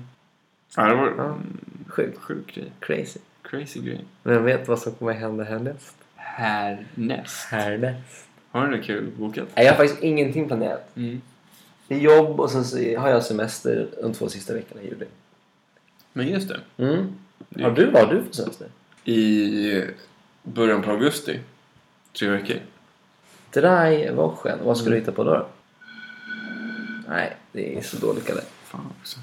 Ja, det var Ja. mm, Sjukt. sjuk grej. Crazy. Crazy grej. Vem vet vad som kommer hända härnäst? Härnäst. Härnäst? Har du något kul bokat? Nej, jag har faktiskt ingenting planerat. Mm. Det är jobb och sen så har jag semester de två sista veckorna i juli. Men just det. Mm. Har du, vad har du för semester? I början på augusti. Tre veckor. Dry Vosgen. Vad Mm. ska du hitta på då? då? Nej, det är så dåligt Kalle. Fan också.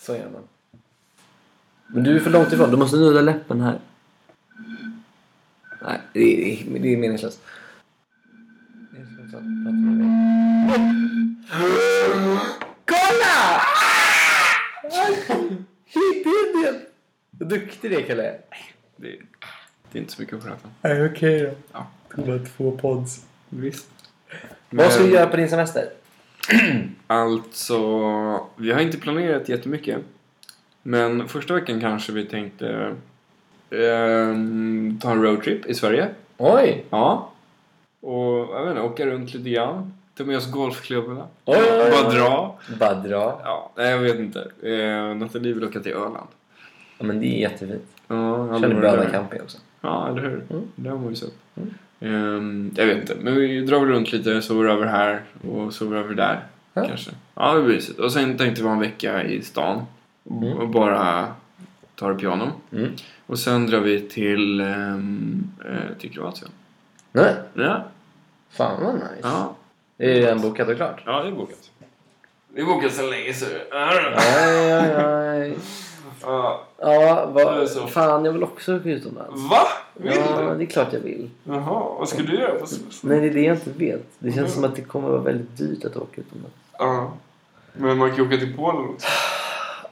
Så gör man. Men du är för långt ifrån. Du måste nudda läppen här. Nej, det är, det är meningslöst. Kolla! Hittills! Vad <laughs> duktig du är, Kalle. Det, det är inte så mycket att prata om. Nej, okej då. Ja. Det var två pods. Visst. Vad ska du göra på din semester? Alltså, vi har inte planerat jättemycket. Men första veckan kanske vi tänkte ehm, ta en roadtrip i Sverige. Oj! Ja. Och jag vet inte, åka runt lite grann. Ta med oss golfklubborna. Oj, oj, oj. Bara dra. Bara dra. Ja, nej jag vet inte. Eh, Nathalie vill åka till Öland. Ja, men det är jättefint. Ja, aldrig Känner varit bröderna där. camping också. Ja, eller hur? Mm. Det har man ju sett. Mm. Ehm, jag vet inte, men vi drar väl runt lite, sover över här och sover över där. Ja. Kanske. Ja, det blir mysigt. Och sen tänkte vi ha en vecka i stan Mm. och bara ta det piano. Mm. Och sen drar vi till, ehm, eh, till Kroatien. Nej, Ja, fan vad nice. ja. Det är ju redan bokat och klart. ja det är bokat. Det är bokat sedan länge så Aj, aj, aj. Ja. Ja, Det är vad, så. fan jag vill också åka utomlands. Va? Vill Ja, du? det är klart jag vill. Jaha, vad ska du göra på semestern? Nej, det är det jag inte vet. Det känns Mm. som att det kommer vara väldigt dyrt att åka utomlands. Ja. Men man kan ju åka till Polen också.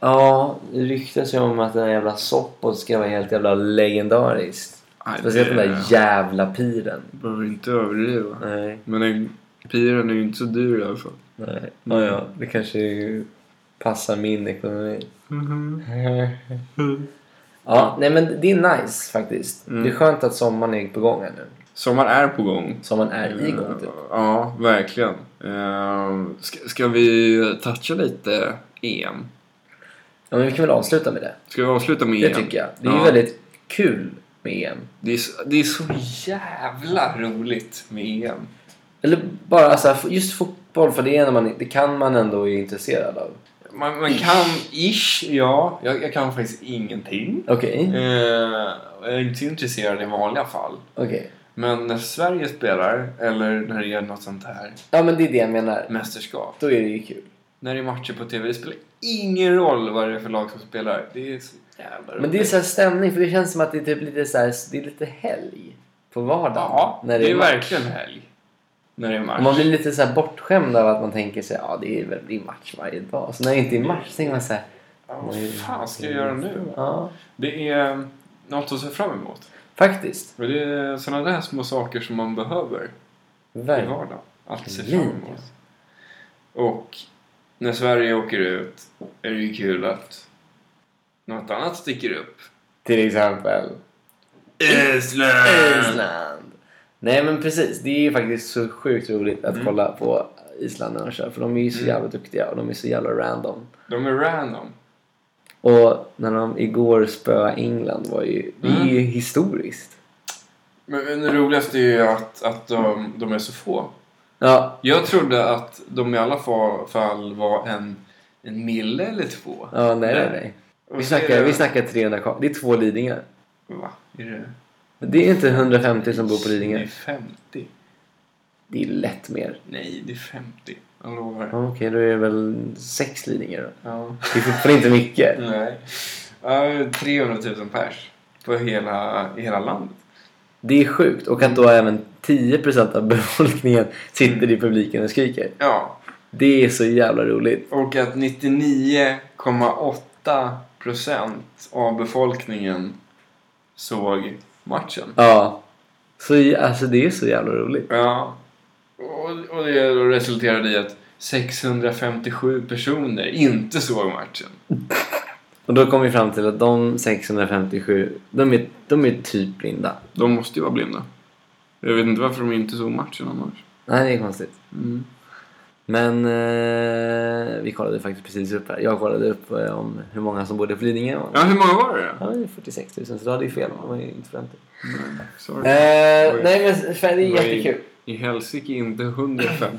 Ja, det ryktas ju om att den här jävla Sopot ska vara helt jävla legendariskt. Speciellt den där jävla piren. Behöver inte överdriva. Nej, Men den piren är ju inte så dyr i alla fall. nej. Ja, ja, Mm. det kanske passar min ekonomi. Mm-hmm. <laughs> Ja, nej men det är nice faktiskt. Mm. Det är skönt att sommaren är på gång här nu. Sommaren är på gång. Sommaren är igång typ. Eh, Ja, verkligen. Eh, Ska, ska vi toucha lite EM? Ja, men vi kan väl avsluta med det. Ska vi avsluta med Det EM? tycker jag. Det är ju Ja. väldigt kul med EM. Det är, så, det är så jävla roligt med EM. Eller bara alltså, just fotboll, för det, är när man, det kan man ändå vara intresserad av. Man, man kan ish, ja. Jag, jag kan faktiskt ingenting. Okej, Eh, jag är inte så intresserad i vanliga fall. okej. Men när Sverige spelar, eller när det är något sånt här Ja, men det är det jag menar. mästerskap. Då är det ju kul. När det är matcher på TV, det spelar ingen roll vad det är för lag som spelar. Det är så jävla roligt. Men det är så här stämning, för det känns som att det är typ lite så här, det är lite helg på vardagen. Ja, när det, är match. verkligen helg. När det är match. Och Man blir lite så här bortskämd av att man tänker sig, ja det är väl det är match varje dag. Så när det inte är match så tänker man så här, Ja, vad fan ska jag göra nu? ja. Det är eh, något att se fram emot. Faktiskt. Och det är sådana där små saker som man behöver i Verkligen. vardagen. Att se fram Liv. emot. Och när Sverige åker ut är det ju kul att något annat sticker upp. Till exempel. Island! Island. Nej men precis, det är ju faktiskt så sjukt roligt att Mm. kolla på Island när de kör. För de är ju så jävla duktiga och de är så jävla random. De är random. Och när de igår spöade England var ju, det är Mm. ju historiskt. Men, men det roligaste är ju att, att de, de är så få. Ja, Jag trodde att de i alla fa- fall var en, en mille eller två. ja nej nej Nej. nej. Och Vi så är snackar, det- vi snackar 300 kvar. Det är två Lidingö. Va? Är det... Det är inte 150 som bor på Det är Lidingö. 50. Det är lätt mer. Nej, det är 50. Jag lovar. Ja, Okej, då är det väl sex Lidingö då. Ja. Det är fortfarande inte mycket. Nej. Ja, 300 000 pers. På hela, i hela landet. Det är sjukt. Och att då även 10% av <laughs> befolkningen sitter i publiken och skriker. Ja. Det är så jävla roligt. Och att 99,8 procent av befolkningen såg matchen. Ja. Så, j- alltså det är så jävla roligt. Ja. Och, och det resulterade i att 657 personer inte såg matchen. Och då kom vi fram till att de 657, de är, de är typ blinda. De måste ju vara blinda. Jag vet inte varför de inte såg matchen annars. Nej, det är konstigt. Mm. Men eh, vi kollade faktiskt precis upp här. Jag kollade upp eh, om hur många som bodde i Lidingö. Ja, hur många var det? Ja, det är 46 000 så du hade ju fel. Det var ju inte förväntat. Nej, sorry. Eh, nej men fan, det är Vad är- jättekul. I Helsike inte 150.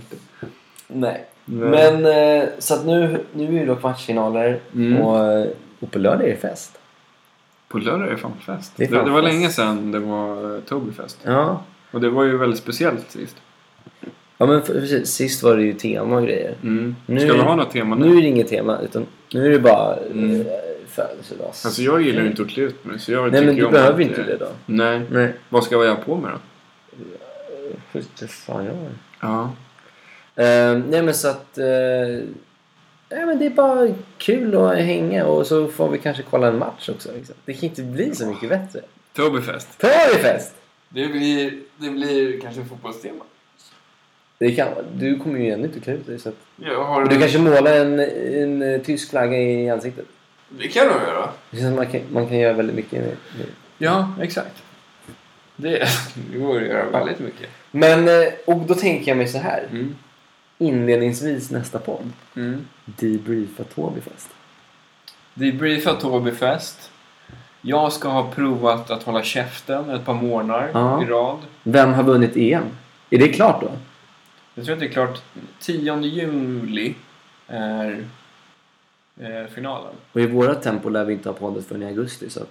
Nej. Nej. Men eh, så att nu, nu är det då kvartsfinaler Mm. och, eh, och på lördag är det fest. På lördag är det fan fest. Det Det, är fan det var fest. länge sedan det var eh, Tobyfest. Ja. Och det var ju väldigt speciellt sist. Ja men för- precis, sist var det ju tema och grejer. Mm. Nu- Ska vi ha något tema nu? Nu är det inget tema utan nu är det bara mm. Mm. födelsedags... Alltså jag gillar ju inte att klä ut mig så jag Nej men tycker du om behöver att, inte eh, det då. Nej. Nej. Vad ska jag ha på mig då? Skjuter fan jag är. Ja. Eh, nej men så att... eh, nej men det är bara kul att hänga och så får vi kanske kolla en match också. Liksom. Det kan inte bli så mycket bättre. Tobyfest. Ta det fest! Det blir, det blir kanske fotbollstema. Det kan, du kommer ju ändå inte klä ut dig så att... Jag har Du kanske målar en, en eh, tysk flagga i ansiktet. Det kan de göra. Det känns som man kan, man kan göra väldigt mycket med, med. Ja, exakt. Det, <laughs> det går att göra väldigt mycket. Men, eh, och då tänker jag mig så här. Mm. Inledningsvis nästa podd. Mm. Debriefa Tobyfest. Debriefa Tobyfest. Jag ska ha provat att hålla käften ett par månader Ja. i rad. Vem har vunnit EM? Är det klart då? Jag tror att det är klart 10 juli är eh, finalen. Och i våra tempo lär vi inte ha podden förrän i augusti så att...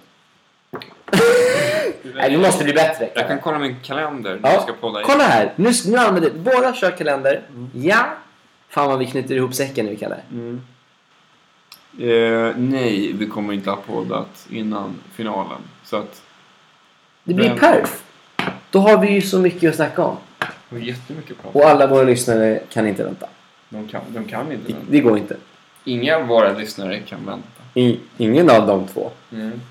Nej, det måste bli bättre. Jag kan kolla min kalender när jag ska ja. podda i. Kolla här! Nu, nu använder vi våra körkalender. Ja! Fan vad vi knyter ihop säcken nu Kalle. Mm. Eh, nej, vi kommer inte ha poddat innan finalen. Så att, Det blir Men- perf. Då har vi ju så mycket att snacka om. Det var jättemycket prat. Och alla våra lyssnare kan inte vänta. De kan, de kan inte Det, vänta. det går inte. Inga av våra lyssnare kan vänta. I, ingen av de två. Mm.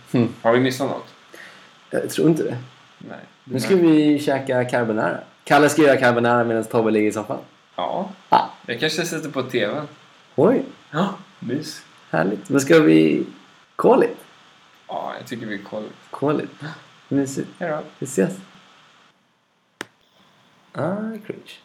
Har vi missat något? Jag tror inte det. Nej. Nu ska vi käka carbonara. Kalle ska göra carbonara medan Tobbe ligger i soffan. Ja. Ah. Jag kanske sätter på tvn. Oj, Ja. Mys. härligt. Då ska vi... Kåligt. Ja, jag tycker vi kollar. Kåligt. Mysigt. Hej då. Vi ses. Ah, cringe.